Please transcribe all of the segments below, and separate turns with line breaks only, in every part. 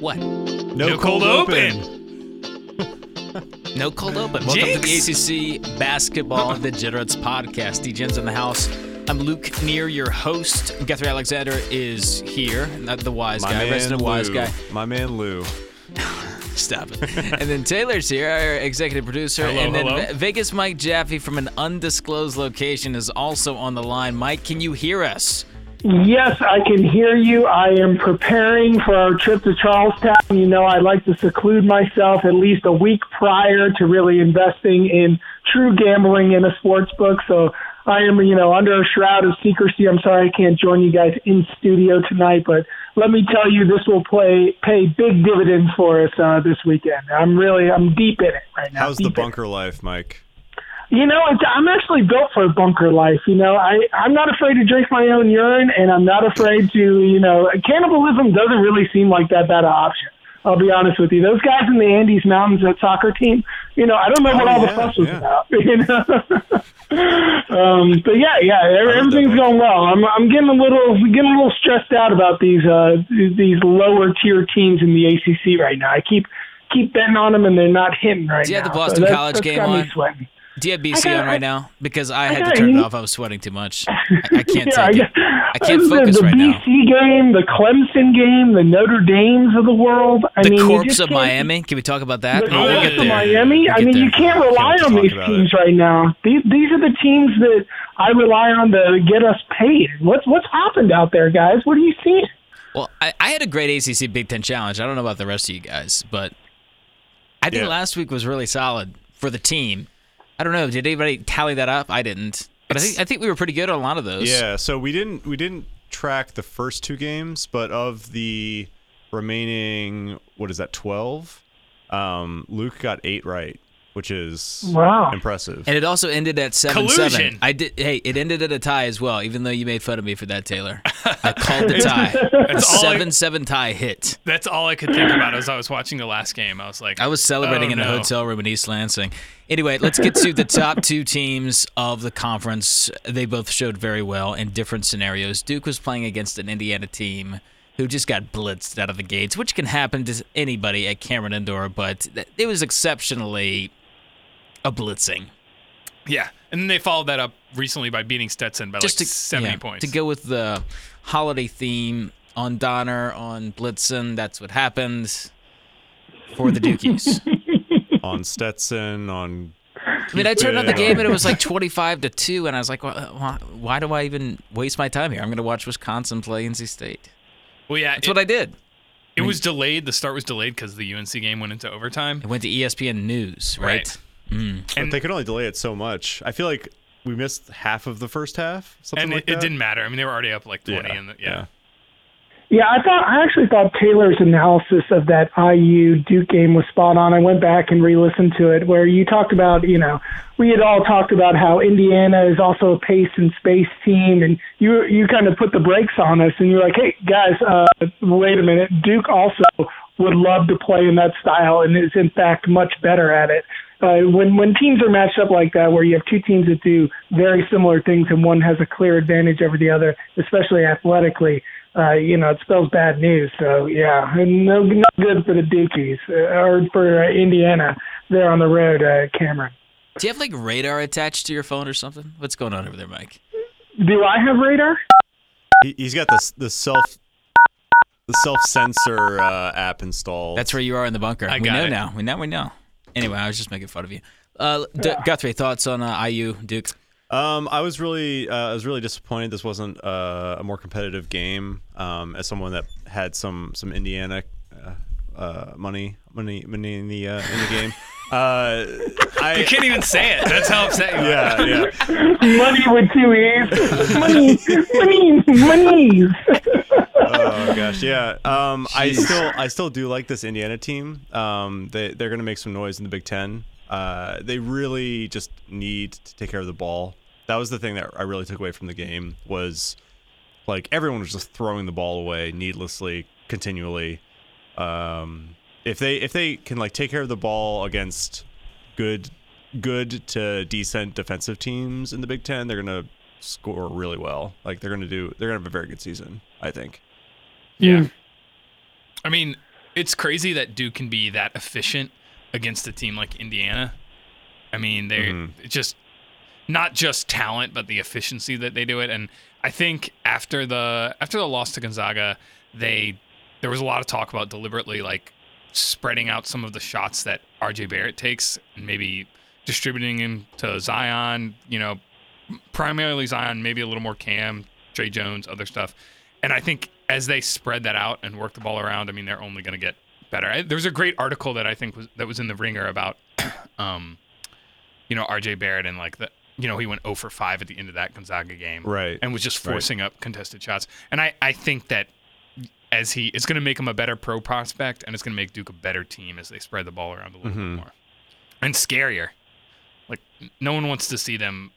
What?
No, cold, open.
No cold open. Welcome
Jinx.
to the ACC Basketball Degenerates Podcast. D Jim's in the house. I'm Luke Neer, your host. Guthrie Alexander is here, not the wise guy, resident wise
Lou.
guy.
My man Lou.
Stop it. and then Taylor's here, our executive producer.
Hello,
and then
hello.
Ve- Vegas Mike Jaffe from an undisclosed location is also on the line. Mike, can you hear us?
Yes, I can hear you. I am preparing for our trip to Charlestown. You know, I like to seclude myself at least a week prior to really investing in true gambling in a sports book. So I am, you know, under a shroud of secrecy. I'm sorry I can't join you guys in studio tonight, but let me tell you, this will play pay big dividends for us uh, this weekend. I'm really, I'm deep in it right now.
How's the
deep in it.
bunker life, Mike?
You know, it's, I'm actually built for bunker life. You know, I I'm not afraid to drink my own urine, and I'm not afraid to you know cannibalism doesn't really seem like that bad an option. I'll be honest with you. Those guys in the Andes Mountains, that soccer team, you know, I don't know what
Oh,
all
yeah,
the fuss was
yeah.
about. You know, um, but yeah, yeah,
that
everything's
book.
going well. I'm I'm getting a little getting a little stressed out about these uh these lower tier teams in the ACC right now. I keep keep betting on them, and they're not hitting right
Do you
now.
have the Boston
so that's,
College
that's
game
got me
on?
Sweating.
Do you have BC
got-
on right now? Because I, had to
got
turn it
you.
off. I was sweating too much. I, I can't
Yeah,
take it.
guess-
I can't
the,
focus
the
right now.
BC game, the Clemson game, the Notre Dames of the world. I
The
mean, you
corpse
just
of
can't-
Miami. Can we talk about that?
The
Oh, we'll
corpse
get
of
there.
Miami.
We'll
I
get
mean,
there.
you can't rely
Can't
on
talk
these
about
teams right now. These these are the teams that I rely on to get us paid. What's what's happened out there, guys? What are you seeing?
Well, I, I had a great ACC Big Ten challenge. I don't know about the rest of you guys, but I think
Yeah.
last week was really solid for the team. I don't know. Did anybody tally that up? I didn't. But I think I think we were pretty good on a lot of those.
Yeah, so we didn't we didn't track the first two games, but of the remaining what is that, twelve? Um, Luke got eight right, which is
Wow.
impressive.
And it also ended at seven seven.
Collusion.
I did. Hey, it ended at a tie as well. Even though you made fun of me for that, Taylor, I called the tie. A
That's all I-
seven seven tie hit.
That's all I could think about as I was watching the last game. I was like,
I was celebrating
Oh,
in a
no.
hotel room in East Lansing. Anyway, let's get to the top two teams of the conference. They both showed very well in different scenarios. Duke was playing against an Indiana team who just got blitzed out of the gates, which can happen to anybody at Cameron Indoor, but th- it was exceptionally a blitzing.
yeah. And then they followed that up recently by beating Stetson by like 70
yeah,
points.
To go with the holiday theme on Donner, on Blitzen, that's what happened for the Dukies.
on Stetson, on
I mean, I turned on the
Cupid,
game and it
on-
was like 25 to 2, and I was like, well, why, why do I even waste my time here? I'm going to watch Wisconsin play NC State.
well, yeah,
That's
it,
what I did.
it was delayed. The start was delayed because the UNC game went into overtime.
It went to E ESPN News, right?
Right.
but they could only delay it so much. I feel like we missed half of the first half, something
and
like
it, it
that.
didn't matter. I mean, they were already up like 20. and the, yeah.
Yeah, I thought I actually thought Taylor's analysis of that IU Duke game was spot on. I went back and re-listened to it, where you talked about, you know, we had all talked about how Indiana is also a pace and space team, and you you kind of put the brakes on us, and you're like, hey guys, uh, wait a minute, Duke also would love to play in that style, and is in fact much better at it. Uh, when when teams are matched up like that, where you have two teams that do very similar things, and one has a clear advantage over the other, especially athletically uh, you know, it spells bad news. So yeah, and no, no good for the Dukies uh, or for uh, Indiana. They're on the road, uh, Cameron.
Do you have like radar attached to your phone or something? What's going on over there, Mike?
Do I have radar?
He, he's got the the self the self censor uh, app installed.
That's where you are in the bunker.
I
we
got
know
it.
now. We now we know. Anyway, I was just making fun of you. Uh, D- Guthrie, thoughts on uh, IU Duke?
Um, I was really, uh, I was really disappointed. This wasn't uh, a more competitive game. Um, as someone that had some some Indiana uh, uh, money, money, money in the uh, in the game. Uh,
You
I
can't even say it. That's how upset you are.
yeah yeah.
Money with two e's. Money, money, money.
Oh gosh yeah. Um, I still I still do like this Indiana team. Um, they they're gonna make some noise in the Big Ten. Uh, they really just need to take care of the ball. That was the thing that I really took away from the game was like everyone was just throwing the ball away needlessly continually um if they if they can like take care of the ball against good good to decent defensive teams in the Big 10 they're going to score really well like they're going to do they're going to have a very good season i think
Yeah. I mean, it's crazy that Duke can be that efficient against a team like Indiana. I mean, they're it's just not just talent, but the efficiency that they do it. And I think after the after the loss to Gonzaga, they there was a lot of talk about deliberately like spreading out some of the shots that RJ Barrett takes and maybe distributing him to Zion, you know, primarily Zion, maybe a little more Cam, Trey Jones, other stuff. And I think as they spread that out and work the ball around, I mean, they're only going to get better. I, there was a great article that I think was that was in the Ringer about, um, you know, RJ Barrett and like the, you know, he went 0 for 5 at the end of that Gonzaga game,
Right.
And was just
Right.
forcing up contested shots. And I, I think that as he, it's going to make him a better pro prospect, and it's going to make Duke a better team as they spread the ball around a little
Mhm.
bit more and scarier. Like n- no one wants to see them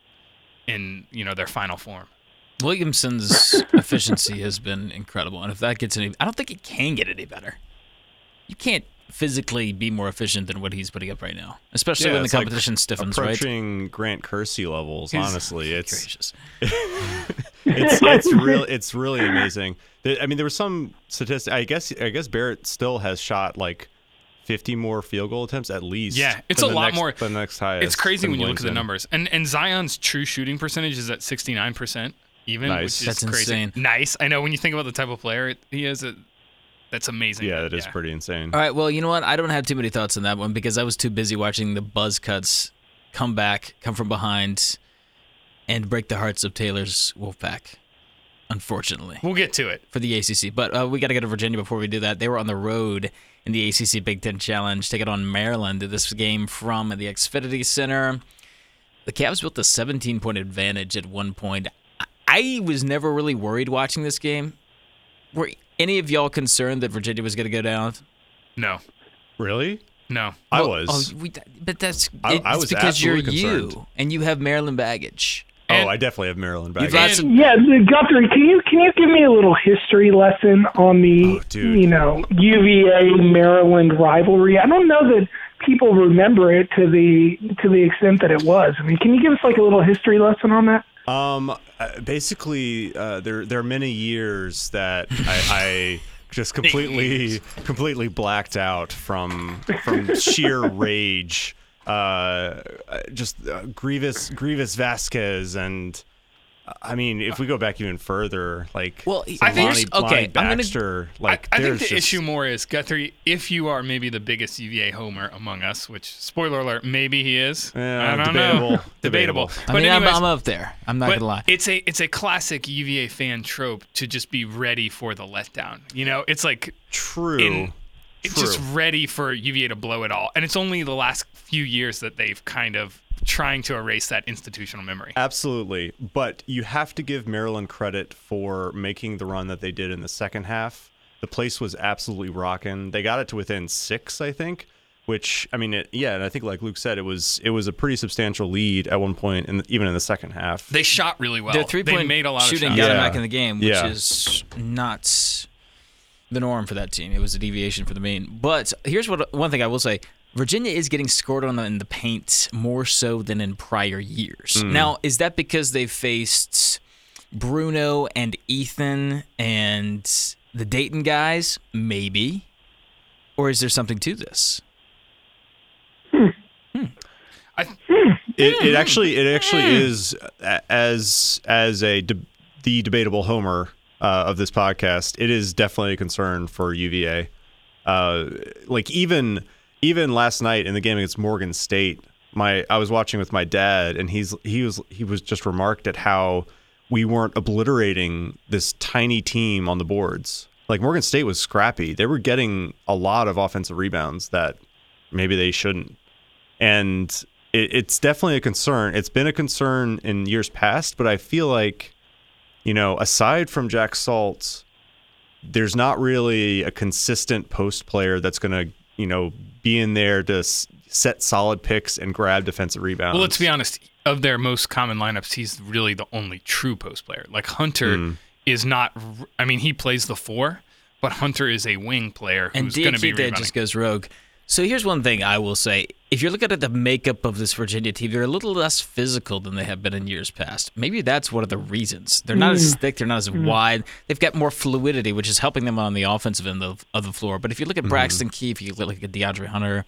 in you know their final form.
Williamson's efficiency has been incredible, and if that gets any, I don't think it can get any better. You can't physically be more efficient than what he's putting up right now, especially
Yeah,
when the
it's like
competition stiffens, right?
approaching Grant Kersey levels.
He's-
honestly, it's
Gracious.
it's it's real it's really amazing. There- I mean, there was some statistic. I guess I guess Barrett still has shot like fifty more field goal attempts at least.
Yeah, it's
than
a
the
lot
next-
more-
The next highest.
It's crazy
than
when you look at the
Williamson.
numbers. And and Zion's true shooting percentage is at sixty nine percent, even
Nice.
which is
That's
crazy.
insane.
Nice. I know when you think about the type of player it- he is, it, that's amazing.
Yeah, that is pretty insane.
Uh,
All right. Well, you know what? I don't have too many thoughts on that one because I was too busy watching the buzz cuts come back, come from behind, and break the hearts of Taylor's Wolfpack. Unfortunately,
We'll get to it.
for the ACC, but uh, we got to get to Virginia before we do that. They were on the road in the ACC Big Ten Challenge, taking on Maryland. This game from the Xfinity Center. The Cavs built a 17 point advantage at one point. I- I was never really worried watching this game. Were any of y'all concerned that Virginia was going to go down?
No,
Really?
no.
I
Well,
was.
uh,
Oh, we, but that's
I-
it's
I was
because you're
absolutely
you
concerned.
and you have Maryland baggage.
Oh,
and-
I definitely have Maryland
You've
back.
got
And-
some.
Yeah, Guthrie, can you can you give me a little history lesson on the
Oh, dude.
you know UVA Maryland rivalry? I don't know that people remember it to the to the extent that it was. I mean, can you give us like a little history lesson on that?
Um, uh, basically, uh, there there are many years that I, I just completely completely blacked out from from sheer rage. Uh, uh, just uh, grievous grievous Vasquez and. uh, I mean, if we go back even further, like
Well,
some
I think-
Lonnie,
okay,
Lonnie
I'm gonna-
Baxter, like
I, I think
there's
the
just-
issue more is Guthrie. If you are maybe the biggest UVA homer among us, which spoiler alert, maybe he is.
Yeah,
I don't know.
debatable,
debatable.
debatable.
I
But
mean, I'm-
anyways-
I'm, up there. I'm not
but
gonna lie.
It's a it's a classic UVA fan trope to just be ready for the letdown. You know, it's like
true.
in- it's just
True.
ready for UVA to blow it all. And it's only the last few years that they've kind of trying to erase that institutional memory.
Absolutely. But you have to give Maryland credit for making the run that they did in the second half. The place was absolutely rocking. They got it to within six, I think, which I mean, it, yeah, and I think like Luke said, it was it was a pretty substantial lead at one point, and even in the second half.
They shot really well.
Their three
they
point
made a lot
shooting
of
got
shots.
them
Yeah.
back in the game, which
Yeah.
is not the norm for that team. It was a deviation for the mean. But here's what one thing I will say: Virginia is getting scored on in the paint more so than in prior years.
Hmm.
Now, is that because they faced Bruno and Ethan and the Dayton guys? Maybe, or is there something to this?
it, it actually it actually is a- as as a de- the debatable homer uh, of this podcast. It is definitely a concern for UVA. Uh, like even even last night in the game against Morgan State, my I was watching with my dad, and he's he was he was just remarked at how we weren't obliterating this tiny team on the boards. Like Morgan State was scrappy. They were getting a lot of offensive rebounds that maybe they shouldn't and it, it's definitely a concern. It's been a concern in years past, but I feel like, you know, aside from Jack Salt, there's not really a consistent post player that's going to, you know, be in there to s- set solid picks and grab defensive rebounds.
Well, let's be honest. Of their most common lineups, he's really the only true post player. Like Hunter is not. r- I mean, he plays the four, but Hunter is a wing player
And
who's going to be
DQ that
rebounding.
just goes rogue. So here's one thing I will say. If you're looking at the makeup of this Virginia team, they're a little less physical than they have been in years past. Maybe that's one of the reasons. They're not as thick, they're not as wide. They've got more fluidity, which is helping them on the offensive end of, of the floor. But if you look
Mm-hmm.
at Braxton Keefe, you look at DeAndre Hunter,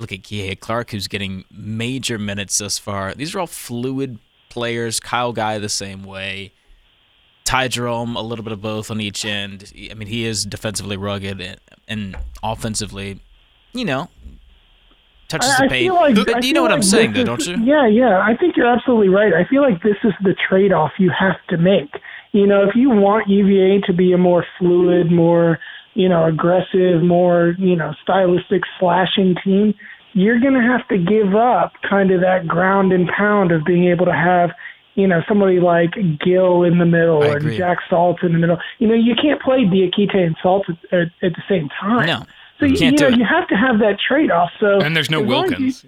look at Kihei Clark, who's getting major minutes thus far. These are all fluid players. Kyle Guy the same way. Ty Jerome, a little bit of both on each end. I mean, he is defensively rugged and, and offensively, you know, touches
I- I
the paint.
feel like- I
but you
feel
know what
like
I'm saying, though,
this
don't
is-
you?
Yeah, yeah. I think you're absolutely right. I feel like this is the trade off you have to make. You know, if you want UVA to be a more fluid, more, you know, aggressive, more, you know, stylistic slashing team, you're going to have to give up kind of that ground and pound of being able to have, you know, somebody like Gill in the middle
I
and
agree.
Jack Salt in the middle. You know, you can't play Diakite and Salt at, at, at the same time.
No,
So
you
you,
can't
you know,
do it.
you have to have that trade off. So
And there's no
as long as you-
Wilkins.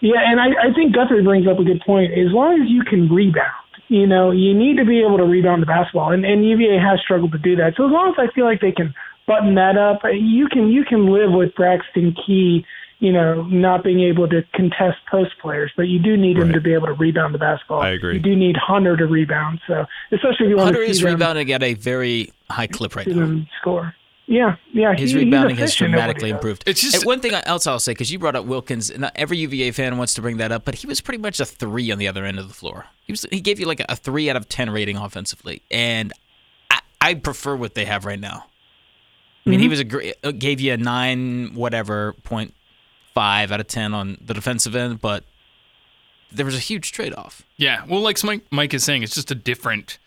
Yeah.
yeah, and I, I think Guthrie brings up a good point. As long as you can rebound, you know, you need to be able to rebound the basketball, and, and UVA has struggled to do that. So as long as I feel like they can button that up, you can you can live with Braxton Key, you know, not being able to contest post players, but you do need him
Right.
to be able to rebound the basketball.
I agree.
You do need Hunter to rebound. So especially if you want
Hunter
to see
is
them,
rebounding at a very high clip right
see
now.
them score. Yeah, yeah.
His
he- he's
rebounding has
efficient at what he
dramatically
does.
improved.
It's just-
And one thing else I'll say because you brought up Wilkins, and not every UVA fan wants to bring that up, but he was pretty much a three on the other end of the floor. He was he gave you like a, three out of ten rating offensively, and I, I prefer what they have right now. I mean, he was a great, uh, gave you a nine whatever point five out of ten on the defensive end, but there was a huge trade off.
Yeah. Well, like Mike, Mike is saying, it's just a different.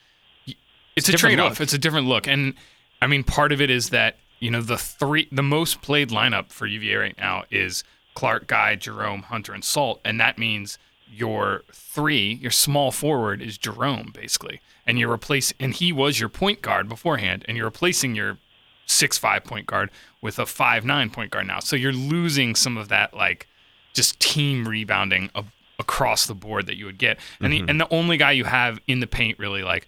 It's, a
different
trade off.
look.
It's a different look, and I mean, part of it is that you know the three, the most played lineup for UVA right now is Clark, Guy, Jerome, Hunter, and Salt, and that means your three, your small forward is Jerome basically, and you replace, and he was your point guard beforehand, and you're replacing your six five point guard with a five nine point guard now. So you're losing some of that like just team rebounding ab- across the board that you would get. And the and the only guy you have in the paint really like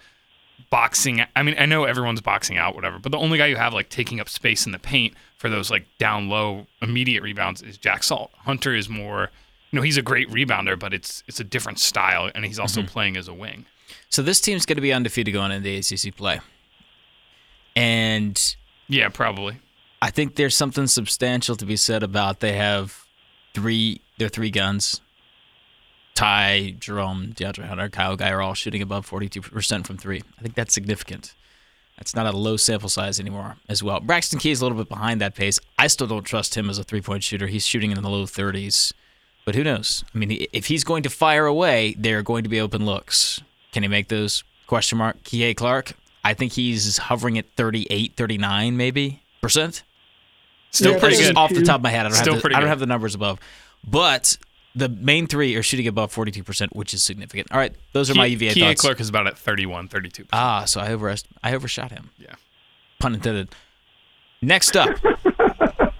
boxing I mean I know everyone's boxing out whatever, but the only guy you have like taking up space in the paint for those like down low immediate rebounds is Jack Salt. Hunter is more you know, he's a great rebounder, but it's it's a different style and he's also playing as a wing.
So this team's going to be undefeated going into ACC play, and
Yeah, probably.
I think there's something substantial to be said about they have three their three guns. Ty, Jerome, DeAndre Hunter, Kyle Guy are all shooting above 42% from three. I think that's significant. That's not a low sample size anymore as well. Braxton Key is a little bit behind that pace. I still don't trust him as a three point shooter. He's shooting in the low 30s, but who knows? I mean, if he's going to fire away, there are going to be open looks. Can he make those? Question mark. Kie Clark, I think he's hovering at 38, 39 maybe percent.
Still
Yeah,
pretty
This is
good.
off the top of my head. I don't,
Still
have, the,
pretty
I don't
good.
have the numbers above, but the main three are shooting above 42%, which is significant. All right, those are my
Ki-
UVA
Kia
thoughts.
Clark is about at 31, 32.
Ah, so I overest- I overshot him.
Yeah.
Pun intended. Next up,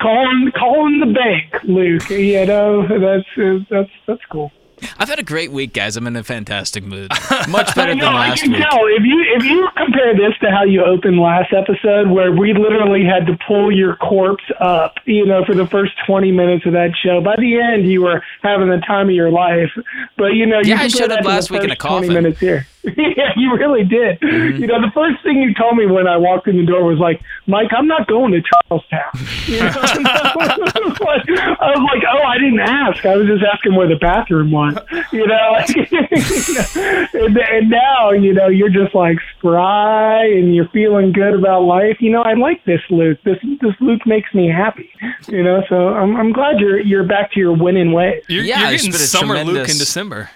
calling calling the bank, Luke. You know that's that's that's cool.
I've had a great week, guys. I'm in a fantastic mood. Much better than
No, I
last
can
week.
tell if you if you compare this to how you opened last episode, where we literally had to pull your corpse up, you know, for the first twenty minutes of that show. By the end, you were having the time of your life. But you know, you
Yeah, I
compare
showed up
that to the
last week in a
first 20
coffin. Mm-hmm.
minutes here. yeah, you really did. You know, the first thing you told me when I walked in the door was like, "Mike, I'm not going to Charlestown." You know? I was like- I was like, "Oh, I didn't ask. I was just asking where the bathroom was." You know, and, and now you know you're just like spry and you're feeling good about life. You know, I like this Luke. This this Luke makes me happy. You know, so I'm I'm glad you're you're back to your winning ways.
You're,
Yeah,
you're
it's
getting
been a
summer Luke in
tremendous-
December.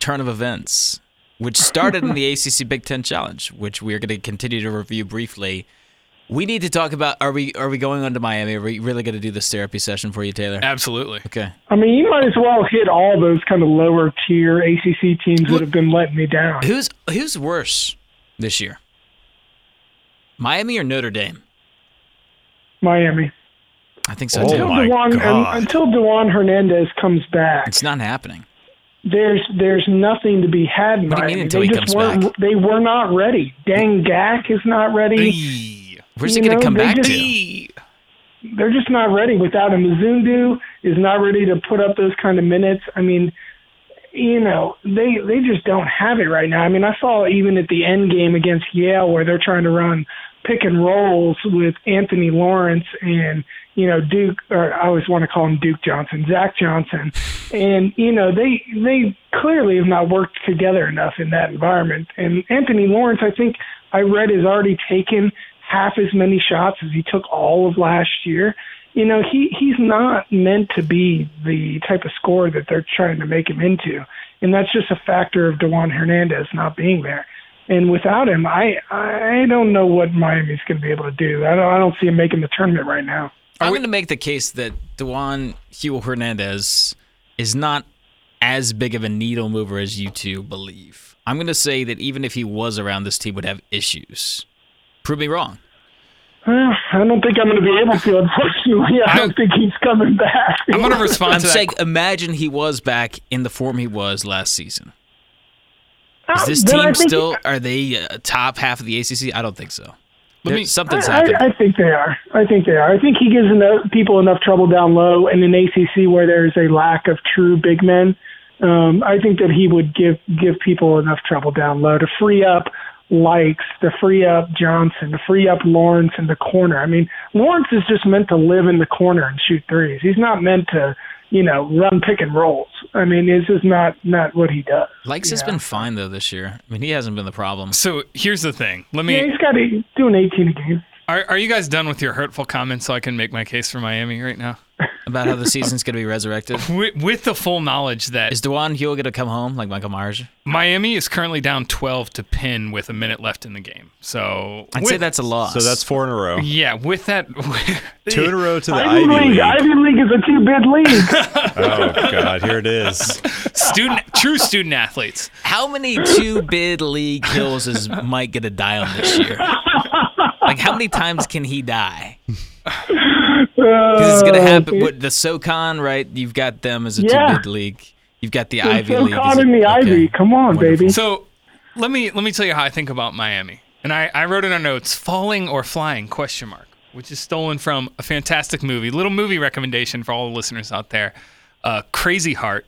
Turn of events, which started in the ACC Big Ten Challenge, which we are going to continue to review briefly. We need to talk about are we are we going on to Miami? Are we really going to do this therapy session for you, Taylor?
Absolutely.
Okay.
I mean, you might as well hit all those kind of lower tier ACC teams that have been letting me down.
Who's who's worse this year? Miami or Notre Dame?
Miami.
I think so
Oh
too.
my-
until Dewan,
God.
until Dewan Hernandez comes back,
It's not happening.
there's there's nothing to be had. In
What do you mean
Miami.
until
they
he
just
comes
weren't,
back?
They were not ready. Dang Gack is not ready.
Eee.
Where's
You
it going
know,
to come
they
back
just-
to?
Eee.
they're just not ready. Without him, Zundu is not ready to put up those kind of minutes. I mean, you know, they they just don't have it right now. I mean, I saw even at the end game against Yale where they're trying to run pick and rolls with Anthony Lawrence and you know Duke or I always want to call him Duke Johnson, Zach Johnson, and you know they they clearly have not worked together enough in that environment. And Anthony Lawrence, I think I read has already taken half as many shots as he took all of last year. You know he he's not meant to be the type of scorer that they're trying to make him into, and that's just a factor of Dewan Hernandez not being there. And without him, I I don't know what Miami's going to be able to do. I don't I don't see him making the tournament right now.
I'm going to make the case that Dewan Huel Hernandez is not as big of a needle mover as you two believe. I'm going to say that even if he was around, this team would have issues. Prove me wrong.
Well, Eh, I don't think I'm going to be able to. Unfortunately, I don't think he's coming back.
I'm going to respond
I'm
to
saying,
that.
imagine he was back in the form he was last season. Is this
Then Uh, I
team
think-
still? Are they uh, top half of the ACC? I don't think so. There-
me-
something's
I,
happened.
I, I think they are. I think they are. I think he gives enough, people enough trouble down low in an ACC where there's a lack of true big men. Um, I think that he would give give people enough trouble down low to free up likes, to free up Johnson, to free up Lawrence in the corner. I mean, Lawrence is just meant to live in the corner and shoot threes. He's not meant to, you know, run pick and rolls. I mean, this is not not what he does.
Likes has been fine though this year. I mean, he hasn't been the problem.
So here's the thing. Let
Yeah,
me.
he's got to do an 18 a game.
Are, are you guys done with your hurtful comments so I can make my case for Miami right now?
About how the season's going to be resurrected.
With, with the full knowledge that
Is Dewan Huel going to come home like Michael Myers?
Miami is currently down 12 to pin with a minute left in the game. So
I'd say
with-
that's a loss.
So that's four in a row.
Yeah, with that.
Two in a row to the
Ivy
Ivy
League.
League.
Ivy League is a two bid league.
Oh God, here it is.
student, true student athletes.
How many two bid league kills is Mike going to die on this year? Like, how many times can he die? 'Cause it's going to happen. What, the SoCon, right? You've got them as a
Uh, Yeah.
two bid league. You've got the
They're
Ivy
so
League.
caught
as a-
in the Ivy. Come on, baby.
So let me let me tell you how I think about Miami. And I, I wrote in our notes, falling or flying question mark, which is stolen from a fantastic movie. Little movie recommendation for all the listeners out there. Uh, Crazy Heart.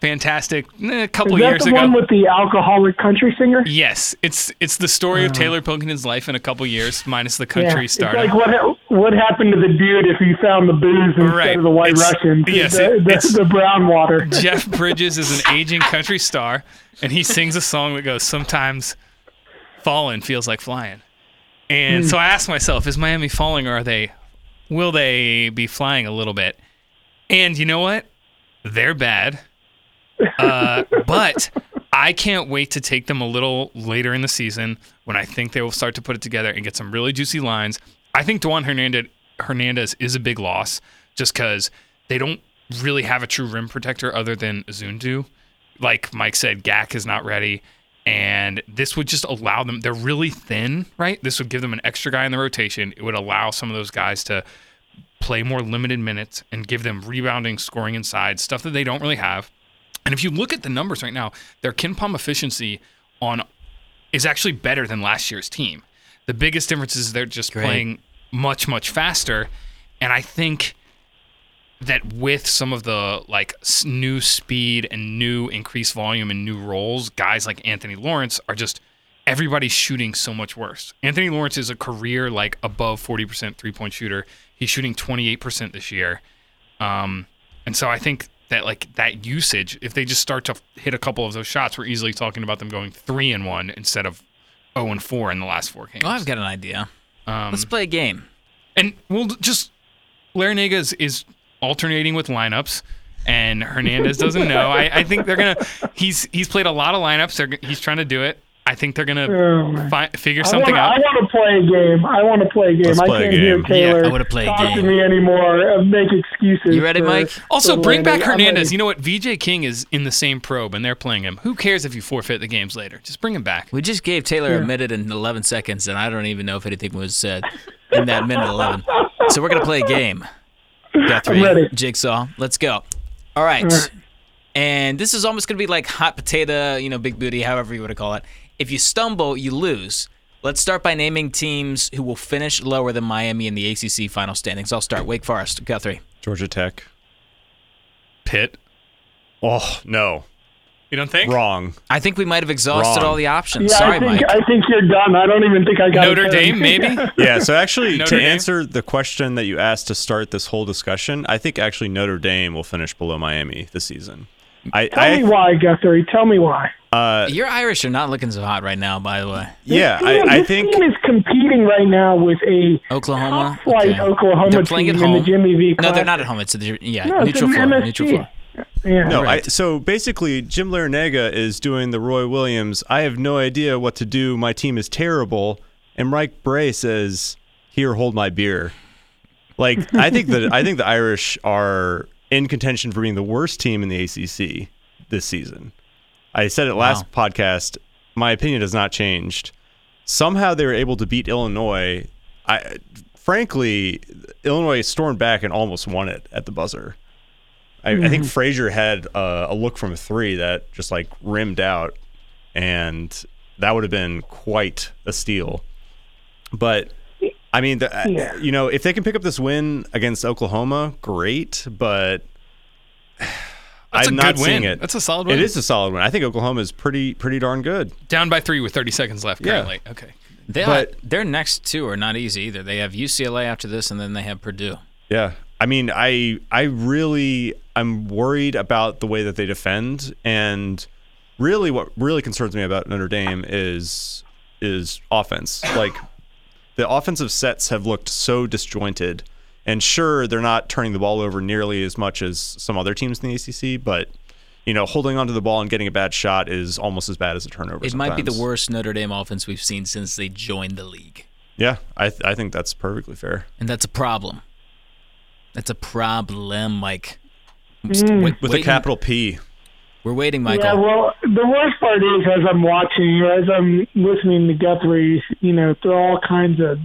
Fantastic. eh, A couple
Is that
years
the
ago.
one with the alcoholic country singer?
yes. It's it's the story of Taylor Pilkington's life in a couple years, minus the country
Uh-huh. It's
startup.
like what ha- what happened to the dude if he found the booze instead
Right.
of the white
It's-
Russians?
yes,
the,
it-
the,
it's-
the brown water.
Jeff Bridges is an aging country star, and he sings a song that goes, Sometimes falling feels like flying. And so I asked myself, is Miami falling or are they will they be flying a little bit? And you know what? They're bad. Uh, but I can't wait to take them a little later in the season when I think they will start to put it together and get some really juicy lines. I think Dewan Hernandez, Hernandez is a big loss just because they don't really have a true rim protector other than Zundu. Like Mike said, Gak is not ready. And this would just allow them, they're really thin, right? This would give them an extra guy in the rotation. It would allow some of those guys to play more limited minutes and give them rebounding, scoring inside, stuff that they don't really have. And if you look at the numbers right now, their Ken Palm efficiency on is actually better than last year's team. The biggest difference is they're just playing much, much faster. And I think that with some of the like s- new speed and new increased volume and new roles, guys like Anthony Lawrence are just everybody's shooting so much worse. Anthony Lawrence is a career like above 40% three point shooter. He's shooting 28% this year. Um, and so I think that like that usage, if they just start to hit a couple of those shots, we're easily talking about them going three and one instead of zero and four in the last four games.
Oh, I've got an idea.
Um,
Let's play a game.
and we'll just Larinaga is, is alternating with lineups, and Hernandez doesn't know. I, I think they're gonna. He's he's played a lot of lineups. They're, g- he's trying to do it. I think they're
Oh,
gonna
my.
fi- figure
I wanna-
something
I
out.
want to play a game. I want to play a game.
Let's
I
play a
can't
game.
hear Taylor
I wanna play a
talk to
game.
me anymore. Uh, make excuses.
You ready,
for-
Mike?
Also,
for
bring back
landing. I'm
Hernandez.
ready.
You know what? VJ King is in the same probe, and they're playing him. Who cares if you forfeit the games later? Just bring him back.
We just gave Taylor a minute and 11 seconds, and I don't even know if anything was said in that minute 11. So we're going to play a game. Guthrie,
ready.
Jigsaw, let's go. All right. And this is almost going to be like hot potato, you know, big booty, however you want to call it. If you stumble, you lose. Let's start by naming teams who will finish lower than Miami in the ACC final standings. I'll start Wake Forest, Guthrie.
Georgia Tech.
Pitt.
Oh no,
You don't think?
wrong.
I think we might have exhausted
Wrong.
all the options.
Yeah,
Sorry,
I think
Mike.
I think you're done. I don't even think I got
Notre
it.
Dame, maybe?
Yeah. So actually,
Notre
to
Dame?
answer the question that you asked to start this whole discussion, I think actually Notre Dame will finish below Miami this season. I,
Tell
I
me
uh,
why, Guthrie. Tell me why.
Your Irish are not looking so hot right now, by the way.
yeah,
This team-
I, I
this
think
team is competing right now with a
Oklahoma.
top-flight Oklahoma
They're playing
team
at
in
home.
the Jimmy V.
No, they're
Classic.
not at home. It's at the, yeah,
No, it's
neutral
an
floor.
MSG.
Neutral floor.
Yeah.
No, I,
Correct.
so basically, Jim Larinaga is doing the Roy Williams. I have no idea what to do. My team is terrible. And Mike Bray says, "Here, hold my beer." Like I think that I think the Irish are in contention for being the worst team in the ACC this season. I said it last podcast. My opinion has not changed. Somehow they were able to beat Illinois. I frankly, Illinois stormed back and almost won it at the buzzer. I, I think Frazier had uh, a look from three that just like rimmed out, and that would have been quite a steal. But I mean, the, uh,
Yeah.
you know, if they can pick up this win against Oklahoma, great. But
That's
I'm
a
not
good
seeing
win.
it.
That's a solid
It
win.
is a solid win. I think Oklahoma is pretty pretty darn good.
Down by three with 30 seconds left
Yeah.
currently. Okay.
They
But-
their next two are not easy either. They have UCLA after this, and then they have Purdue.
Yeah. I mean, I I really I'm worried about the way that they defend and really what really concerns me about Notre Dame is is offense. Like the offensive sets have looked so disjointed. And sure, they're not turning the ball over nearly as much as some other teams in the ACC, but you know, holding onto the ball and getting a bad shot is almost as bad as a turnover.
It might be the
sometimes.
worst Notre Dame offense we've seen since they joined the league,
Yeah, I th- I think that's perfectly fair.
and that's a problem. That's a problem, Mike. I'm s- wait-
With
waiting-
a capital P.
We're waiting,
Mm. Yeah,
Michael.
well, the worst part is as I'm watching or as I'm listening to Guthrie, you know, throw all kinds of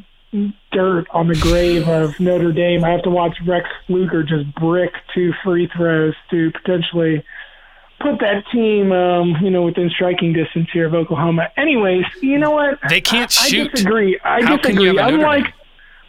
dirt on the grave of Notre Dame. I have to watch Rex Luger just brick two free throws to potentially put that team, um, you know, within striking distance here of Oklahoma. Anyways, you know what?
They can't
I
shoot.
disagree. I
How can you
disagree.
have a Notre
Unlike
Dame?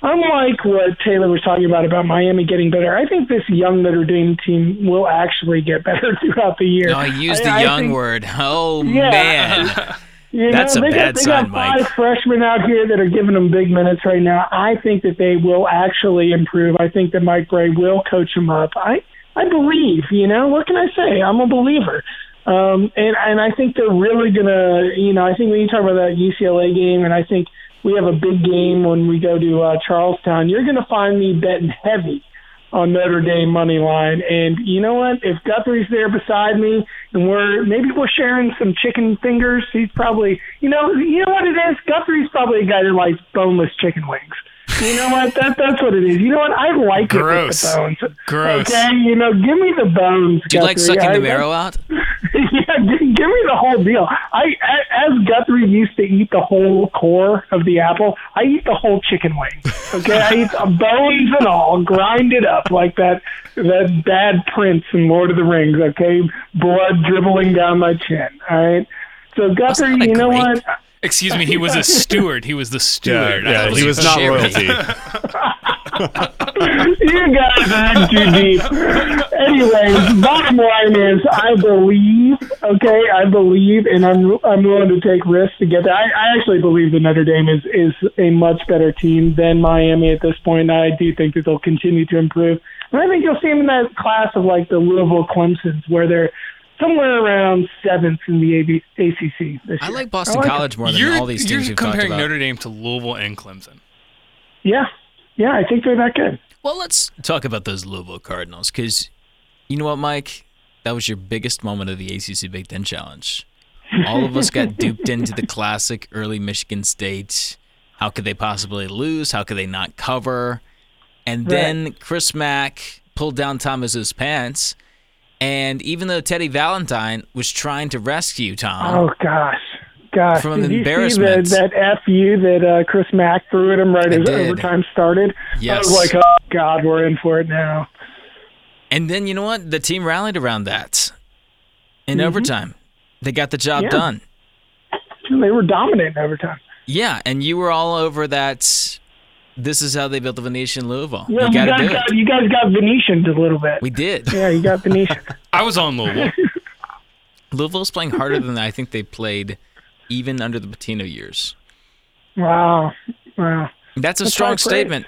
unlike what Taylor was talking about about Miami getting better, I think this young Notre Dame team will actually get better throughout the year.
No, I used the
I
young
think-
word. Oh
Yeah.
man,
You
That's a
they
bad
got, they
sign,
got five
Mike.
freshmen out here that are giving them big minutes right now. I think that they will actually improve. I think that Mike Bray will coach them up. I I believe. You know, what can I say? I'm a believer. Um, and and I think they're really gonna. You know, I think when you talk about that UCLA game, and I think we have a big game when we go to uh, Charlestown. You're gonna find me betting heavy on Notre Dame money line. And you know what? If Guthrie's there beside me, and we're maybe we're sharing some chicken fingers, he's probably you know you know what it is. Guthrie's probably a guy that likes boneless chicken wings. You know what? That that's what it is. You know what? I like
Gross.
it with the bones.
Gross.
Okay, you know, give me the bones.
do you like
Guthrie.
sucking
I-
the marrow out?
yeah, give, give me the whole deal. I a- as Guthrie used to eat the whole core of the apple, I eat the whole chicken wing. Okay, I eat the bones and all, grind it up like that that bad prince in Lord of the Rings. Okay, blood dribbling down my chin. All right. So Guthrie,
not a
you know
great-
what?
Excuse me. He was a steward. He was the steward. I
he
believe.
was not
Sherry.
royalty.
you guys are in too deep. Anyways, bottom line is, I believe. Okay, I believe, and I'm I'm willing to take risks to get there. I, I actually believe that Notre Dame is is a much better team than Miami at this point. I do think that they'll continue to improve, and I think you'll see them in that class of like the Louisville Clemson's, where they're somewhere around seventh in the AB, ACC this year.
I like Boston
like it.
College more than
You're,
all these teams
you're
we've talked
comparing
about.
Notre Dame to Louisville and Clemson.
Yeah, yeah, I think they're that good.
Well, let's talk about those Louisville Cardinals because you know what, Mike? That was your biggest moment of the ACC Big Ten Challenge. All of us got duped into the classic early Michigan State. How could they possibly lose? How could they not cover? And then Chris Mack pulled down Thomas's pants. And even though Teddy Valentine was trying to rescue Tom,
Oh gosh, gosh!
Um, From
did
embarrassment.
you see that that fu that uh, Chris Mack threw at him right
I
as
did.
overtime started? I
Yes.
was like, oh god, we're in for it now.
And then you know what? The team rallied around that in overtime. They got the job
Yeah.
done.
They were dominant in overtime.
Yeah, and you were all over that. This is how they built the Venetian Louisville.
Yeah,
you
you,
got to
guys
do it.
got, you guys got Venetianed a little bit.
We did.
yeah, you got Venetian.
I was on Louisville.
Louisville's playing harder than I think they played, even under the Patino years.
wow, wow.
That's a
That's
strong
high praise.
statement.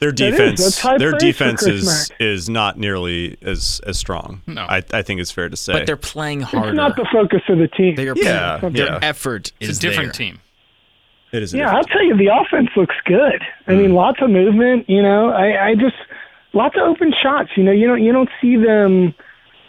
Their
is.
defense,
That's high
their
praise for
defense
Chris
is
Mack.
is not nearly as as strong.
No.
I, I think it's fair to say.
But they're playing harder.
It's not the focus of the team.
They are
yeah,
playing-
yeah,
effort is
It's a different
there.
team.
it Mm. is. a
Yeah,
different-
I'll tell you, the offense looks good. I mean, lots of movement. You know, I, I just lots of open shots. You know, you don't you don't see them.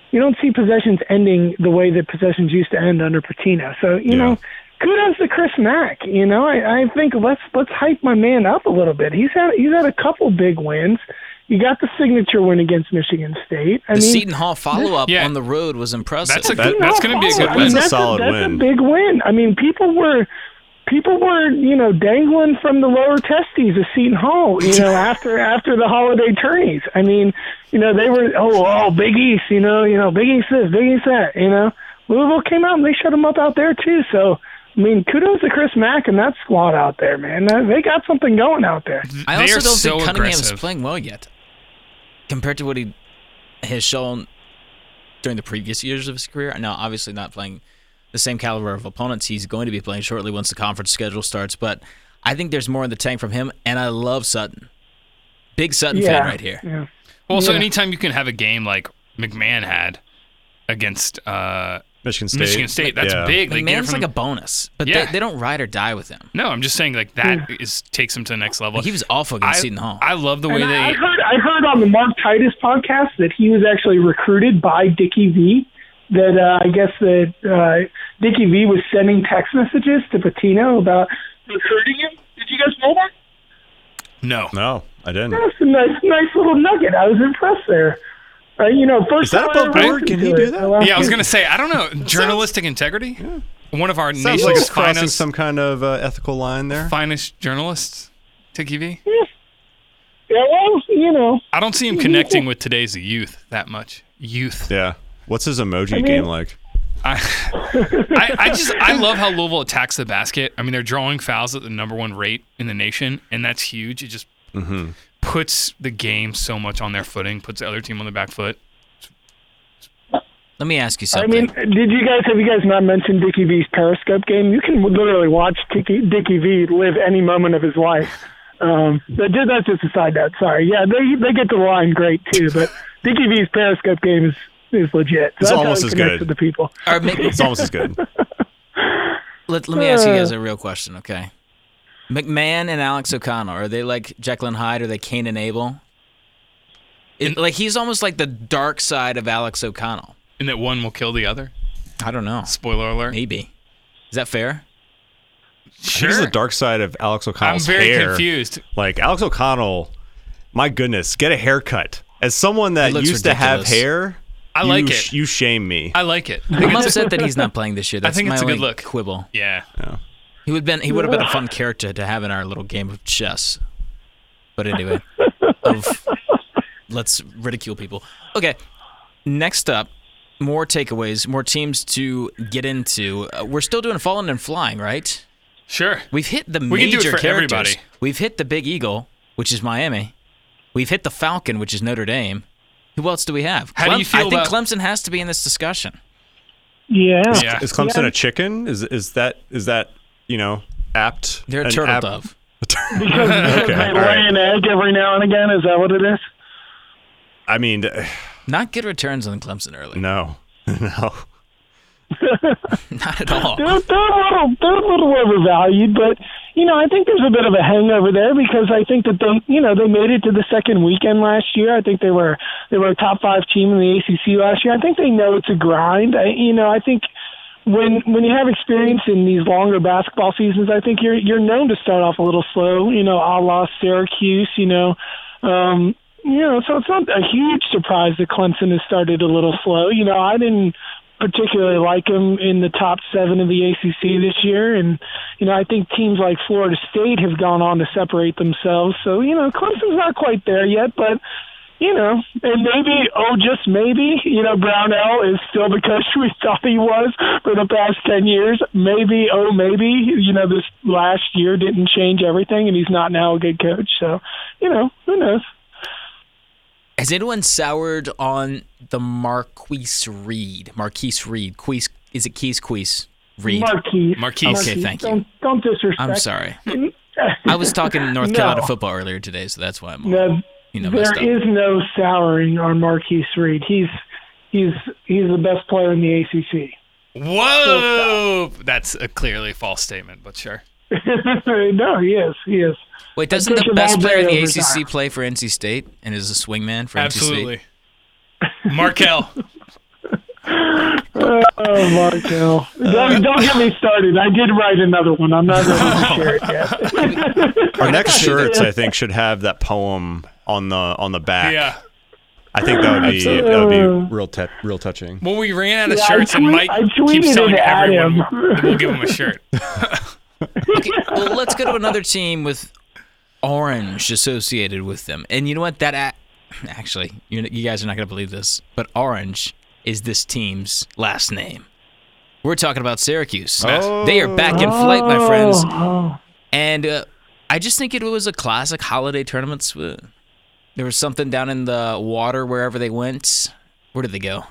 You don't see possessions ending the way that possessions used to end under Patino. So you
Yeah.
know, kudos to Chris Mack. You know, I, I think let's let's hype my man up a little bit. He's had he's had a couple big wins. You got the signature win against Michigan State. I
The
mean,
Seton Hall follow up
Yeah.
on the road was impressive.
That's a
That-
good, that's going to be a good
I mean,
win.
that's
solid
that's
win.
a big win. I mean, people were people were you know dangling from the lower testes of Seton Hall. You know, after after the holiday tourneys. I mean, you know they were oh oh Big East. You know you know Big East this Big East that. You know Louisville came out and they shut them up out there too. So. I mean, kudos to Chris Mack and that squad out there, man. That- They got something going out there.
I
They
also
are
don't
so
think Cunningham's
aggressive.
playing well yet, compared to what he has shown during the previous years of his career. Now, obviously, not playing the same caliber of opponents he's going to be playing shortly once the conference schedule starts. But I think there's more in the tank from him, and I love Sutton. Big Sutton
Yeah.
fan right here.
Yeah.
Well, so
Yeah.
anytime you can have a game like McMahon had against uh,
Michigan State.
Michigan State, that's
yeah.
big. They
Like,
get it
man's
from-
like a bonus, but
Yeah.
they, they don't ride or die with him.
no, I'm just saying like that is takes him to the next level.
Like, he was awful
I,
against Seton Hall.
I love the way
And I, I
they.
heard I heard on the Mark Titus podcast that he was actually recruited by Dickie V. That uh, I guess that uh, Dickie V was sending text messages to Patino about recruiting him. Did you guys know that?
No,
No, I didn't.
That's a nice, nice little nugget. I was impressed there. Uh, you know, first
Is that
time I
above
ever
board?
listened
Can
to
he
it.
do that?
last
yeah, I was
year.
gonna say I don't know journalistic integrity. One of our
Sounds
nation's
like it's crossing
finest
some kind of uh, ethical line there.
finest journalists. Tiki V.
Yeah, well, you know,
I don't see him connecting with today's youth that much. Youth.
Yeah. What's his emoji
mean-
game like?
I, I, I just I love how Louisville attacks the basket. I mean, they're drawing fouls at the number one rate in the nation, and that's huge. It just puts the game so much on their footing, puts the other team on the back foot.
Let me ask you
I
something.
mean, did you guys have you guys not mentioned Dickie V's Periscope game? You can literally watch Dickie, Dickie V live any moment of his life. Um, but ju- that's just a side note. Sorry. Yeah, they they get to the line great too, but Dickie V's Periscope game is is legit. So
It's
that's how
almost
he
as
connects
good.
with the people.
Or maybe-
It's almost as good.
Let, let me ask you guys a real question, okay? McMahon and Alex O'Connell, are they like Jekyll and Hyde? Are they Cain and Abel? It, like he's almost like the dark side of Alex O'Connell.
And that one will kill the other.
I don't know.
Spoiler alert.
Maybe. Is that fair?
Sure.
Here's the dark side of Alex
I'm
O'Connell's
very
hair.
confused.
Like Alex O'Connell, my goodness, get a haircut. As someone that
It looks
used to have
ridiculous.
hair,
I
you
like
sh-
it.
You shame me.
I like it. I think
I'm
it's-
upset that he's not playing this year. That's
think
my
it's a good
only
look.
quibble.
yeah.
He would been he would have been a fun character to have in our little game of chess. But anyway, of let's ridicule people. Okay, next up, more takeaways, more teams to get into. Uh, we're still doing falling and flying, right?
Sure.
We've hit the
We can do
major
it for
characters.
everybody.
We've hit the Big Eagle, which is Miami. We've hit the Falcon, which is Notre Dame. Who else do we have?
How do you feel
I think
about-
Clemson has to be in this discussion.
Yeah.
Yeah.
Is Clemson
Yeah.
a chicken? Is is that is that you know apt?
They're a
an
turtle
apt-
dove.
Because because
Okay,
they
all
lay
right.
an egg every now and again, is that what it is?
I mean, d-
Not good returns on Clemson early.
no, no.
Not at all.
They're, they're a little they're a little overvalued, but you know I think there's a bit of a hangover there because I think that they you know they made it to the second weekend last year. I think they were they were a top five team in the ACC last year. I think they know it's a grind. I, you know I think when when you have experience in these longer basketball seasons, I think you're you're known to start off a little slow. You know, a la Syracuse. You know. Um, you know, so it's not a huge surprise that Clemson has started a little slow. You know, I didn't particularly like them in the top seven of the ACC this year, and you know, I think teams like Florida State have gone on to separate themselves. So you know, Clemson's not quite there yet, but you know, and maybe, oh, just maybe, you know, Brownell is still the coach we thought he was for the past 10 years. Maybe, oh, maybe, you know, this last year didn't change everything and he's not now a good coach. So, you know, who knows?
Has anyone soured on the Marquise Reed? Marquise Reed. Quees, is it Keys Quees? Reed.
Marquise.
Marquise.
Okay, thank you.
Don't, don't disrespect.
I'm sorry. I was talking North
No.
Carolina football earlier today, so that's why I'm all,
No,
you know,
there
messed up.
is no souring on Marquise Reed. He's he's he's the best player in the ACC.
Whoa! That's a clearly false statement, but sure.
no, he is. He is.
Wait, doesn't
coach
the
him
best
all
player in
day
the
over
ACC
time.
play for NC State and is a swingman for NC State?
Absolutely. Markel.
Oh, Markel. Don't, don't get me started. I did write another one. I'm not ready to share it yet.
Our next shirts, I think, should have that poem on the on the back.
yeah.
I think that would be that would be real tou- real touching.
Well, we ran out of
Yeah, I
shirts, and
tweet-
Mike
I
keeps
tweeted
telling
it at
everyone
him.
that we'll give him a shirt.
Okay, well, let's go to another team with orange associated with them. And you know what? That a- actually, you you guys are not going to believe this, but orange is this team's last name. We're talking about Syracuse.
Oh.
They are back in flight, my friends.
Oh,
And uh, I just think it was a classic holiday tournament. sw- There was something down in the water wherever they went. Where did they go?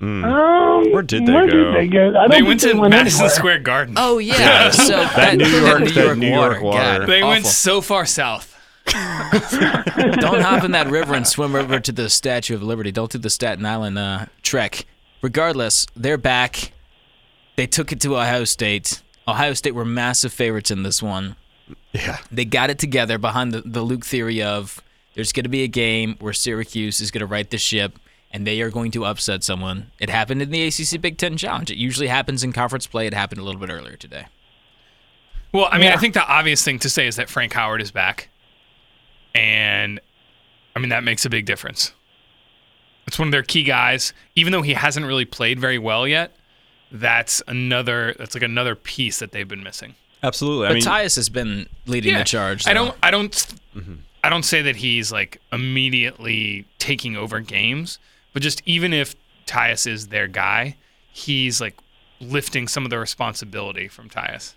oh. Um,
Hmm. Where did they
where
go?
Did they go? I don't
They
think
went
they
to
went
Madison
anywhere.
Square Garden.
Oh yeah, so that,
New
that
York-
New
that
York
New
water.
York water.
God,
they went
awful.
so far south.
Don't hop in that river and swim over to the Statue of Liberty. Don't do the Staten Island uh, trek. Regardless, they're back. They took it to Ohio State. Ohio State were massive favorites in this one.
Yeah.
They got it together behind the, the Luke theory of there's going to be a game where Syracuse is going to right the ship and they are going to upset someone. It happened in the ACC Big Ten Challenge. It usually happens in conference play. It happened a little bit earlier today.
Well, I mean, I
Yeah.
think the obvious thing to say is that Frank Howard is back, and I mean that makes a big difference. It's one of their key guys, even though he hasn't really played very well yet. That's another. That's like another piece that they've been missing.
Absolutely. I mean,
Matthias has been leading the charge.
I
though. Mm-hmm.
don't. I don't. I don't say that he's like immediately taking over games, but just even if Tyus is their guy, he's like lifting some of the responsibility from Tyus.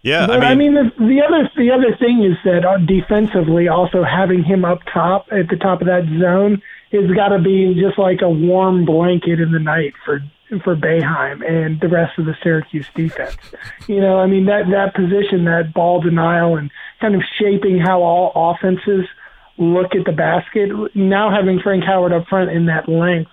yeah.
But I mean, the, the other the other thing is that uh, defensively, also having him up top at the top of that zone has got to be just like a warm blanket in the night for for Bayheim and the rest of the Syracuse defense. You know, I mean that that position, that ball denial, and kind of shaping how all offenses look at the basket. Now having Frank Howard up front in that length